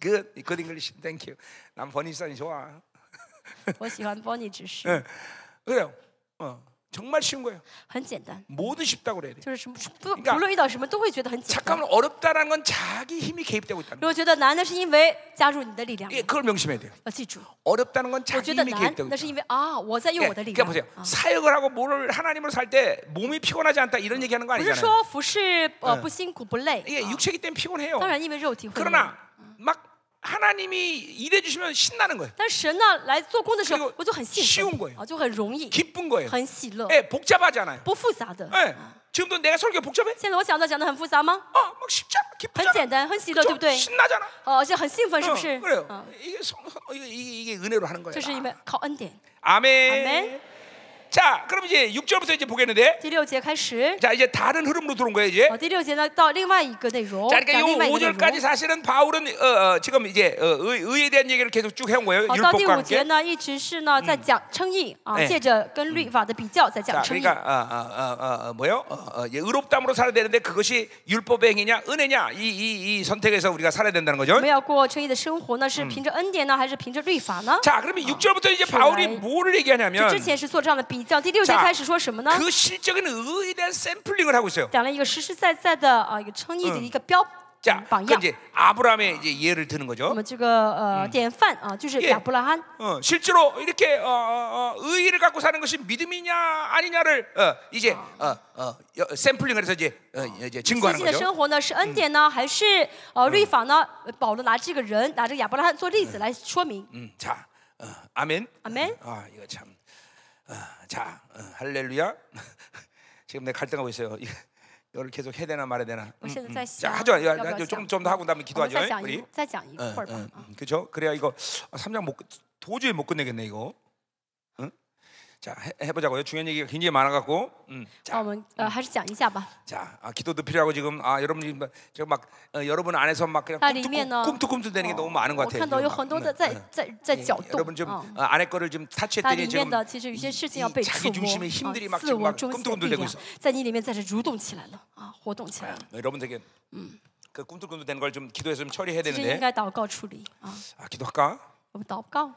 Good, good English, thank you 난 번인산이 좋아
我喜欢 Bonnie 指示，
예. 그래요. 어, 정말 쉬운 거예요.
很简单，
뭐든 쉽다고 그래야 돼.
就是什么不
그러니까
不论遇到什么都会觉得很简单。
잠깐만 어렵다라는 건 자기 힘이 개입되고
如
있다는 거.
果觉得难，那是因为加入你的力量，
예, 그걸 명심해야 돼요.
要记住。
어렵다는 건
我
자기
觉得
힘이
难
개입되고 ，
那是
있다.
因为啊，我在用
예,
我的力
그러니까
量
보세요.
啊。
사역을 하고 뭐를 하나님으로 살 때 몸이 피곤하지 않다 이런 얘기하는 거
不是
아니잖아요.
说服侍呃不辛苦不累，
이게
啊
육체기 때문에 피곤해요.
当然因为肉体会累。
그러나 막 하나님이 일해 주시면 신나는 거예요.
但神呢来做工的时
그리고
候，我就很
쉬
兴
운거예
奋
요
啊，就很容易，
기쁜 거예요.
很喜乐，
예, 복잡하지 않아요.
不复杂的。
예, 지금도 내가 설교 복잡해?
现在我讲的讲的很复杂吗？
어, 막 쉽잖아,
很
기쁘잖아,
简单，很喜乐，对
좀
不对？
신나잖아.
哦，而且很兴奋，是
어,
不是？哎
그래요.
嗯，
이게, 성, 이게, 이게, 이게 은혜로 하는 거예요.
这是因为靠恩典。
아멘.
아멘.
자, 그럼 이제 6절부터 이제 보겠는데,
第六节开始，
자 이제 다른 흐름으로 들어온 거예요 이제.
哦，第六节呢到另外一个内容，
자,
讲
그러니까 이
另外一个内
5절까지
容。
사실은 바울은 어, 어, 지금 이제 어, 의, 의에 대한 얘기를 계속 쭉 해온 거예요.
好，到第
율법과
五节
함께.
呢，一直是呢在讲称义啊
哎，
借着跟律法的比较在
자,
嗯讲称义
그러니까 。 아, 아, 아, 아, 뭐요? 어, 어, 예, 의롭다함으로 살아야 되는데 그것이 율법의 행위냐, 은혜냐 이, 이, 이 선택에서 우리가 살아야 된다는
我
거죠.
们要过称义的生活呢，是凭着恩典呢，还是凭着律法呢？
자, 그러면 6절부터 이제
아,
바울이
좋아요.
뭐를
就
얘기하냐면
之前是做这样的比较，第六节
자
开始说什么呢？
그 실적인 의에 대한 샘플링을 하고 있어요.
讲了一个实实在在的啊，一个称义的一个标
자,
榜
그
样。
이제 아브라함의 이제 예를 드는
我
거죠.
们这个呃典范啊，就是
예
亚伯拉罕。
어, 실제로 이렇게 어, 어, 어, 의의를 갖고 사는 것이 믿음이냐 아니냐를 어, 이제 어, 어, 여- 샘플링을 해서 이제, 어, 이제
信
증거하는
心的
거죠.
生活呢，是恩典呢，还是呃律法呢？保罗拿这个人，拿这个亚伯拉罕做例子来说明。
음, 자, 어, 아멘.
아멘.
아, 이거 참. 어, 자, 어, 할렐루야. 지금 내가 갈등하고 있어요. 이거- 이거를 계속 해야 되나 말아야 되나.
我
음.
现在在想
자,
啊，
하죠.
要
야,
不要
야,
讲
조금 좀 더 하고 나면
我们
기도하죠.
再讲
우리. 어, 음,
一，再讲一会儿吧。啊
그죠 그래야 이거 3장 못 끝- 도저히 못 끝내겠네 이거. 응? 자 해, 해보자고요. 중요한 얘기가 굉장히 많아갖고. 음.
那我们呃还是讲一下吧。
자, 아, 기도도 필요하고 지금 아 여러분이 막, 지금 막 어, 여러분 안에서 막 그냥
아,
꿈틀꿈,
리면은-
꿈틀꿈틀대는 게 너무 많은 것
我
같아요.
看到
지금
有
막.
很多
응.
的在在在搅
嗯 예,
动
여러분 좀
啊。
어, 안에 거를 좀
它
타치했더니
里
지금
面的其实有些事情要
이
被
자기
触摸
중심의
啊
힘들이 막 ，
自
지금
我
막
中心的力
꿈틀꿈틀대고 哎
量
있어.
在你里面在这蠕动起来了啊，活动起
아,
来了。
여러분들에게 그 꿈틀꿈틀대는 걸 좀 기도해서 좀 처리해야
其实应
되는데
该祷告处理啊，
아, 기도할까?
我们祷
哎
告，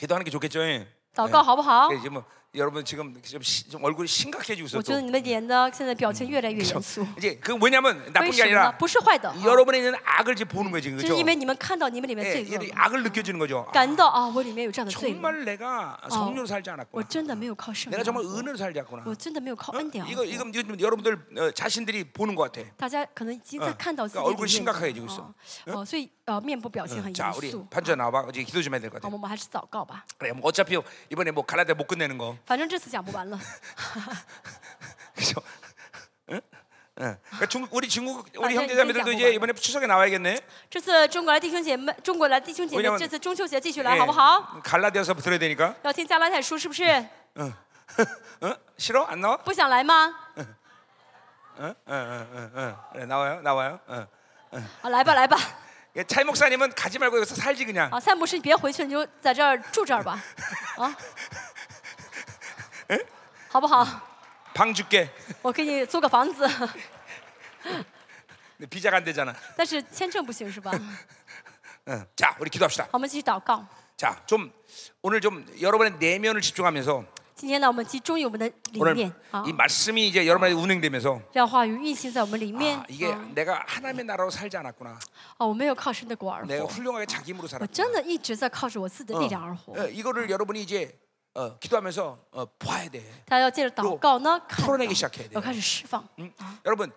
기도하는 게 좋겠죠. 예.
祷告好不好？
이제 뭐 여러분 지금 좀, 시- 좀 얼굴이 심각해지고
我
있어.
觉
또
得你们脸呢，现在表情越来越
嗯
严肃。
이제 그 뭐냐면 나쁜 어.
为
게
什么呢
아니라 ？
不是坏的，啊
여러분에 있는 악을 지금 보는 거예요 지금
就
그죠?
是因为你们看到你们里面
예,
罪恶
이 ， 악을 느껴지는 거죠. 아,
感到啊，我里面有这样的罪恶，
啊 정말 내가 성료로 살지
我
않았구나.
真的没有靠圣
내가
灵
정말
而活，
은혜로 살지 않았구나.
我真的没有靠恩典而啊
이거
活。
이거 요즘 여러분들 어, 자신들이 보는 것 같아.
大家可能已经在
嗯
看到自己
那
里
얼굴
面
심각하게지고있
啊
嗯
哦，所以呃，面部表情很
자
严
우리
肃。
반전 나와봐. 이제 기도 좀 해야 될 것
好，
같아.
我们还是祷告吧，
그래, 뭐 어차피 이번에 뭐 갈라데 못 끝내는 거.
反正这次讲不完了。
그죠? 응? 응. 그러니까 중국 우리 중국 우리
완전
형제 자매들도
인생
이제
양보가.
이번에 추석에 나와야겠네.
这次中国来弟兄姐妹，中国来弟兄姐
我
妹
想问，哎
这次中秋节继续来，好不好？
예, 갈라디아서 들어야 되니까.
要听加拉太书是不是？
응? 싫어? 안 나와?
不想来吗？
그래, 나와요, 나와요. 응.
啊，来吧，来吧。
예, 차이 목사님은 가지 말고 여기서 살지 그냥.
啊，赛牧师，你别回去，你就在这儿住这儿吧，啊，
哎
好不好？
방 줄게.
我给你租个房子，
근데 비자가 안 되잖아.
但是签证不行是吧？好
응. 자, 우리 기도합시다.
我们继续祷告。
자, 좀 오늘 좀 여러분의 내면을 집중하면서
今天呢，我们集中于我们的里
오늘
面啊
이 ， 말씀이 이제 여러분의 운행되면서
让话语运行在我们里面
아, 이게
啊。
내가 하나님의 나라로 살지 않았구나.
哦，我没有靠神的果而
내가
活，
훌륭하게 자기 힘으로
我
살았구나.
真的一直在靠着我自己的力量而活。
어, 이거를 여러분이 이제 어, 기도하면서 어, 봐야 돼.
大家要借着祷告呢，看到
풀어내기 시작해야 돼.
要开始释放。
응? 여러분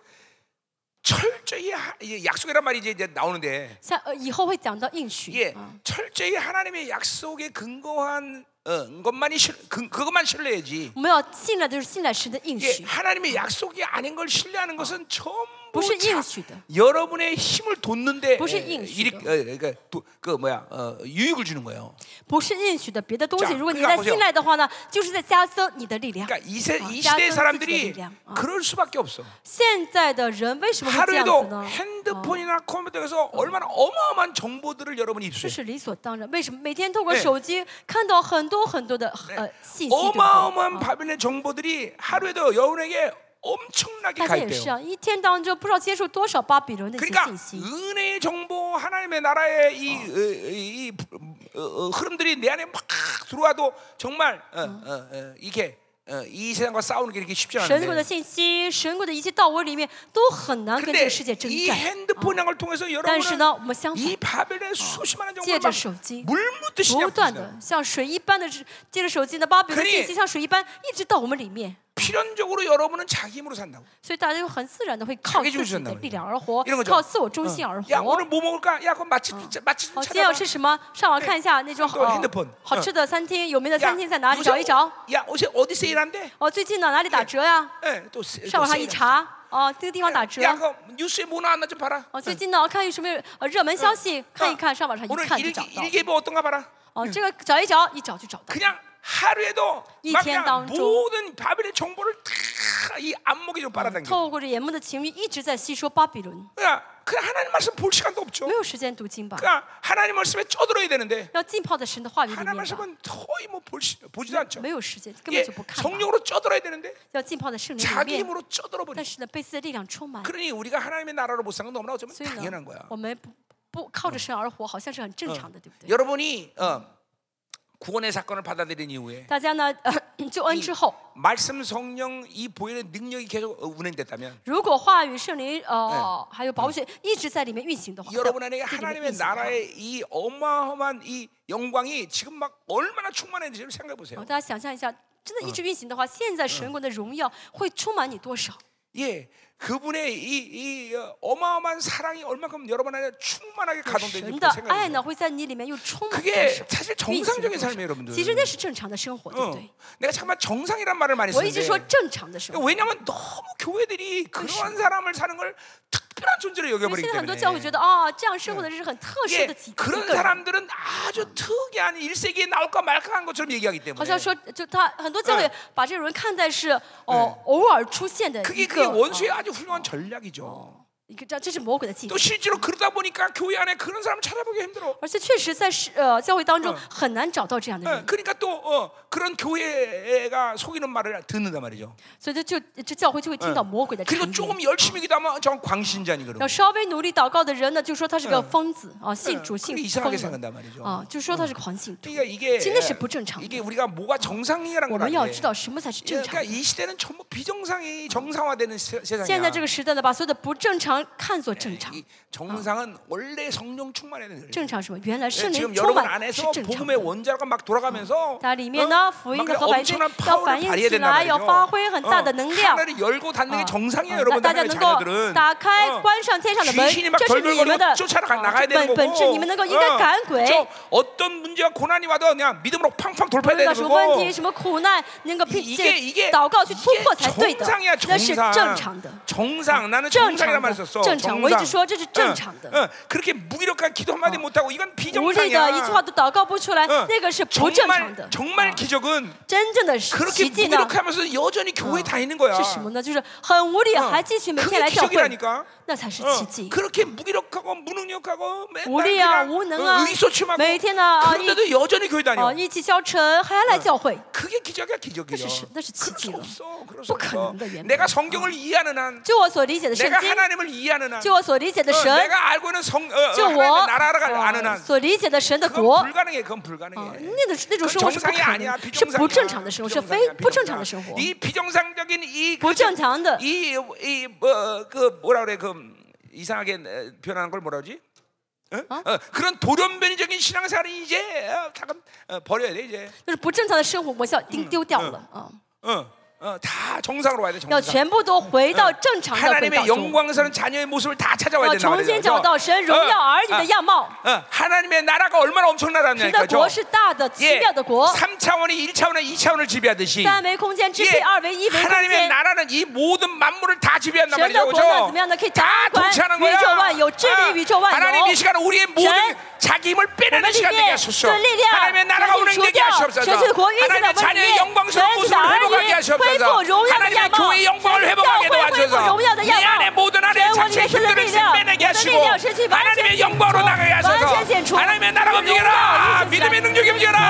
철저히 하, 이제 약속이란 말이 이제, 이제 나오는데
像呃，以后会讲到应许。
이게
啊
철저히 하나님의 약속에 근거한 어, 것만이 신, 그, 그것만 신뢰해야지.
我们要信赖的就是信赖神的应
이게
许，
하나님의 약속이 아닌 걸
어.
신뢰하는 것은 전부
不是
자-
应许的，
여러분의 힘을 돋는데
무슨
에,
인식이요?
일으- 어, 그러니까 도- 그 뭐야 어, 유익을 주는 거예요.
不是应许的别的东
자
西。如果你
그러니까
在
보세요
信赖的话呢，就是在啊加增你的力量。
그러니까 이, 세,
어,
이
짜증
시대의 사람들이
쓰지 말이야. 어.
그럴 수밖에 없어.
啊现在的人为什么会这样子
하루에도
呢？
핸드폰이나 컴퓨터에서 얼마나 어마어마한 정보들을 여러분이
这
어. 입수해.
是理所当然。为什么每天透过
네
手机看到很多很多的呃信息？对不对
어마어마한
啊
바벨론의 정보들이 하루에도 여러분에게 엄청나게
大家也是
가입돼요.
啊，一天当中不知道接触多少巴比伦的一些
그러니까
信息。
은혜의 정보, 하나님의 나라의 이, 어, 이, 이, 어, 어, 흐름들이 내 안에 막 들어와도 정말 어, 어, 어, 이게 어, 이 세상과 싸우는 게 이렇게 쉽지
神国的
않은데.
信息，神国的一切到我里面都很难跟这
근데
个世界征
이
战。
핸드폰을 통해서
但是呢，
여러분은
我们相反，
이 바벨론의 어. 수십만한 정보를
借着手机，
막물 묻듯이
不
그냥
断
부시나요.
的像水一般的接着手机呢，巴比
可
伦的
是
信息像水一般一直到我们里面，
필연적으로 여러분은 자기 힘으로 산다고.
所以大家就很自然的会靠
자기
自
중심이란말이야
己的力量而活
이런 ， 거죠. 어,
靠自嗯我中心而
야,
活
오늘 。뭐 먹을까? 야, 그럼 맛집 맛집 좀
好，今天要
찾아봐.
吃什么？上网看一下那
对
种好
핸드폰
好吃的餐厅，有名的
야,
餐厅在哪里？
요새
找一找。
야, 어제 어디 세일한대?
哦，最近呢哪里打折呀？
예, 또 세-
上
또
网呃上一
세일한대.
查，哦，这个地方打折。
야, 그 뉴스에 뭐 나왔나 좀 봐라. 어.
哦，最近呢，看有什么呃热门消息，看一看，上网上一
오늘
看就
일,
找到。
일기예보 어떤가 봐라.
哦，这个找一找，一找就找到。
그냥 하루에도
이
막
편
그냥
당중.
모든 바벨의 정보를 다 이 안목에 좀 빨아당겨.
透过这眼目的情欲一直在吸收巴比伦，
그냥 그 하나님 말씀 볼 시간도 없죠.
没有时间读经吧？
그냥 하나님 말씀에 쪄들어야 되는데
要浸泡在神的话语里
하나님
面吧？
말씀은 거의 뭐볼 보지도 않죠.
没有时间，根
예,
本就不看吧。
성령으로 쪄들어야 되는데
要浸泡在圣灵里
음, 자기
面，
힘으로 쪄들어
但
버리.
是呢，被自己的力量充满，
그러니 우리가 하나님의 나라로 못 사는 건 너무나 어쩌면
所以
당연한
呢
거야. ，
我们不不靠着神而活，好像是很正常的，对不对？
여러분이 어, 구원의 사건을 받아들인 이후에
大家呢， 呃救恩之后，
말씀 성령 이 보혈의 능력이 계속 어, 운행됐다면
如果话语、圣灵，呃，还有宝血一直在里面运行的话，
여러분 안에
在里
하나님의
面运行的话
나라의 이 어마어마한 이 영광이 지금 막 얼마나 충만했는지 좀 생각해
哦
보세요.
大家想象一下，真的一直运行的话，现在神国的荣耀会充满你多少？
예, 그분의 이, 이 어, 어마어마한 사랑이 얼마큼 여러분 안에 충만하게
神
가동되는지
的爱
생각해 보세요.
呢会在你里面又充满多
그게
少？
사실
运行
정상적인
多少
삶이에요, 여러분들.
其实那是正常的生活，对不
어,
对？
내가 잠깐만 정상이란 말을 많이
我一直说
쓰는데
正常的生活，
왜냐하면 너무 교회들이 그렇죠. 그러한 사람을 사는 걸 특별한 존재로
因为
여겨버리기
现在很多
때문에
教会觉得啊、这样生活的人是很特殊
예,
的几几
그런
个人，
사람들은 아주 특이한 1세기에 나올까 말까 한 것처럼 얘기하기
好
때문에
像说就他很多教会
嗯
把这种人看待是哦、偶尔出现的
그게
一
그게
个、
원수의
啊、
아주 훌륭한 전략이죠.
一个这样这是魔鬼的计
또
谋。
실제로 그러다 보니까 교회 안에 그런 사람을 찾아보기 힘들어.
而且确实在是呃教会当中
嗯
很难找到这样的
예,
人，
그러니까 또 어, 그런 교회가 속이는 말을 듣는단 말이죠.
所以这就这教会就会听到魔鬼的谗
그리고
言。
조금 열심히 기도하면 전 광신자니
然后
그러고
稍微努力祷告的人呢，就说他是个
嗯
疯子啊，
예,
信主
그게
信
이상하게
疯人
생각한단 말이죠.
啊，就说他是狂信徒。
그러니까 이게
真的是不正常的
이게 우리가 뭐가 정상이라는 걸
我们要
알게.
知道什么才是
예,
正
그러니까
常的。
이 시대는 전부 비정상이 정상화되는 세, 세상이야.
现在这个时代呢，把所有的不正常看作正常
이 ， 정상은 원래 성령 충만해야 되는 거예요.
正常是什么？原来圣
예,
灵
哎 지금
充
여러분
满是
안에서
正常
복음의
的。
원자가 막 돌아가면서
它里面
어?
呢，福音
막
的
그냥
和反应
엄청난 파워를 발휘해야
要反应起来，
된단
要发
말이죠.
挥很
어,
大的能量。
하늘을 열고 어, 닫는 게
啊
정상이에요,
啊
여러분.
大家
하나님의
能够
자녀들은.
打开、
어.
关上天上的门，
귀신이 어, 막
这是你们的
덜덜거리고
啊
쫓아라
这
나가야
本
되는
本质，
거고. 嗯
你们能够应该赶鬼。
저 어떤 문제와 고난이 와도 그냥 믿음으로 팡팡
不
돌파해야 되는
论到什么问
거고.
题、什么苦难，能够凭
이
借
게이게
祷告去突破才对
이게
的
정상이야 ，
那是
정상.
正常的。
정상 나는
正常
정상이란
的
말 썼어.
正常我一直说这是正
응,
常的
응, 그렇게 무기력한 기도 한마디 못하고 이건
无嗯力的一句话
어. 비정상이야.
都祷告不出来，
응,
那个是不正
정말
常的。
정말
啊
기적은
真正的奇
그렇게
迹呢
무기력하면서 여전히 교회 에 다니는 거야.
是什么呢？就是很无力，
嗯
还继续每天
그게
来教
기적이라니
会
까 ，
那才嗯是
어,
奇迹。
그렇게 무기력하고 무능력하고
无
맨날
力啊，
그냥
无能
어,
啊，
의소침하고
每天呢啊一
그런데도 여전히 교회
哦
다녀.
意气消沉，还来教会，
그게 기적이야 기적이야.
那是是那
그럴
是奇迹
수
了
없어. 그럴 수 없어.
不可能的原本。
내가 성경을 이해하는 한
就我所理解的圣
내가
经，
하나님을 이해하는 한
就我所理解的
어,
神，
내가 알고 있는 성, 어, 어,
就我
하나님의 나라를
哦
아는 한
所理解的神的
그건
国，
불가능해 그건 불가능해
啊，那种那种
그건
生活是不
음, 정상이
可
아니야
能，是
비정상이야
不正常的生活，是非
비정상이야,
不正常的生活
비정상. 。이 비정상적인 이
不正常的。
이뭐그 뭐라 그래 그 이상하게 어, 변하는 걸 뭐라 그러지? 어? 어, 그런 돌연변이적인 신앙생활은 이제 어, 잠깐 어, 버려야 돼 이제
就是不正常的生活，我们要丢丢掉了啊，
어, 어, 다 정상으로 와야 돼
要
정상
全部都回到正常的轨道
하나님의
中，
영광스러운 자녀의 모습을 다
要
찾아와야 된다
重
말이죠
新找到神荣耀儿女的样貌。
어, 하나님의 나라가 얼마나
神
엄청나다냐니까 예,
的国是大的、奇妙的国，
3차원이 1차원을 2차원을 지배하듯이
三维空间支
예,
配二维、一维空
하나님의
间。
나라는 이 모든 만물을 다 지배한단
神的
말이죠.
国呢，怎么样呢？
그죠?
可以掌
다
管
통치하는 거야.
宇宙万有，治
아,
理宇宙万
하나님
有
이 。 시간 우리의 모든
전-
자기 힘을 빼내는
们里
시간 되게
面
예, 하소서.
的力量，
하나님의 나라가
赶紧
운행되게
除掉
하시옵소서.
神的国运在
하나님의
我们里
자녀의
面，神
영광스러운
的
모습을
儿
회복하게
女恢
하시옵소서.
复荣耀的
하나님의
样貌，
교회의
神
영광을
的教
회복하게
会恢复
도와주셔서
荣耀的
이
样貌
안에 。 모든 안에
神，我里
자체
面神的
힘들을
力量，
빼내게
我的力
하시고
量是去完全
하나님의
解除，
영광으로 나가게
完
하소서.
全解除
하나님의 나라가 움직여라. 믿음의 아, 능력이 움직여라.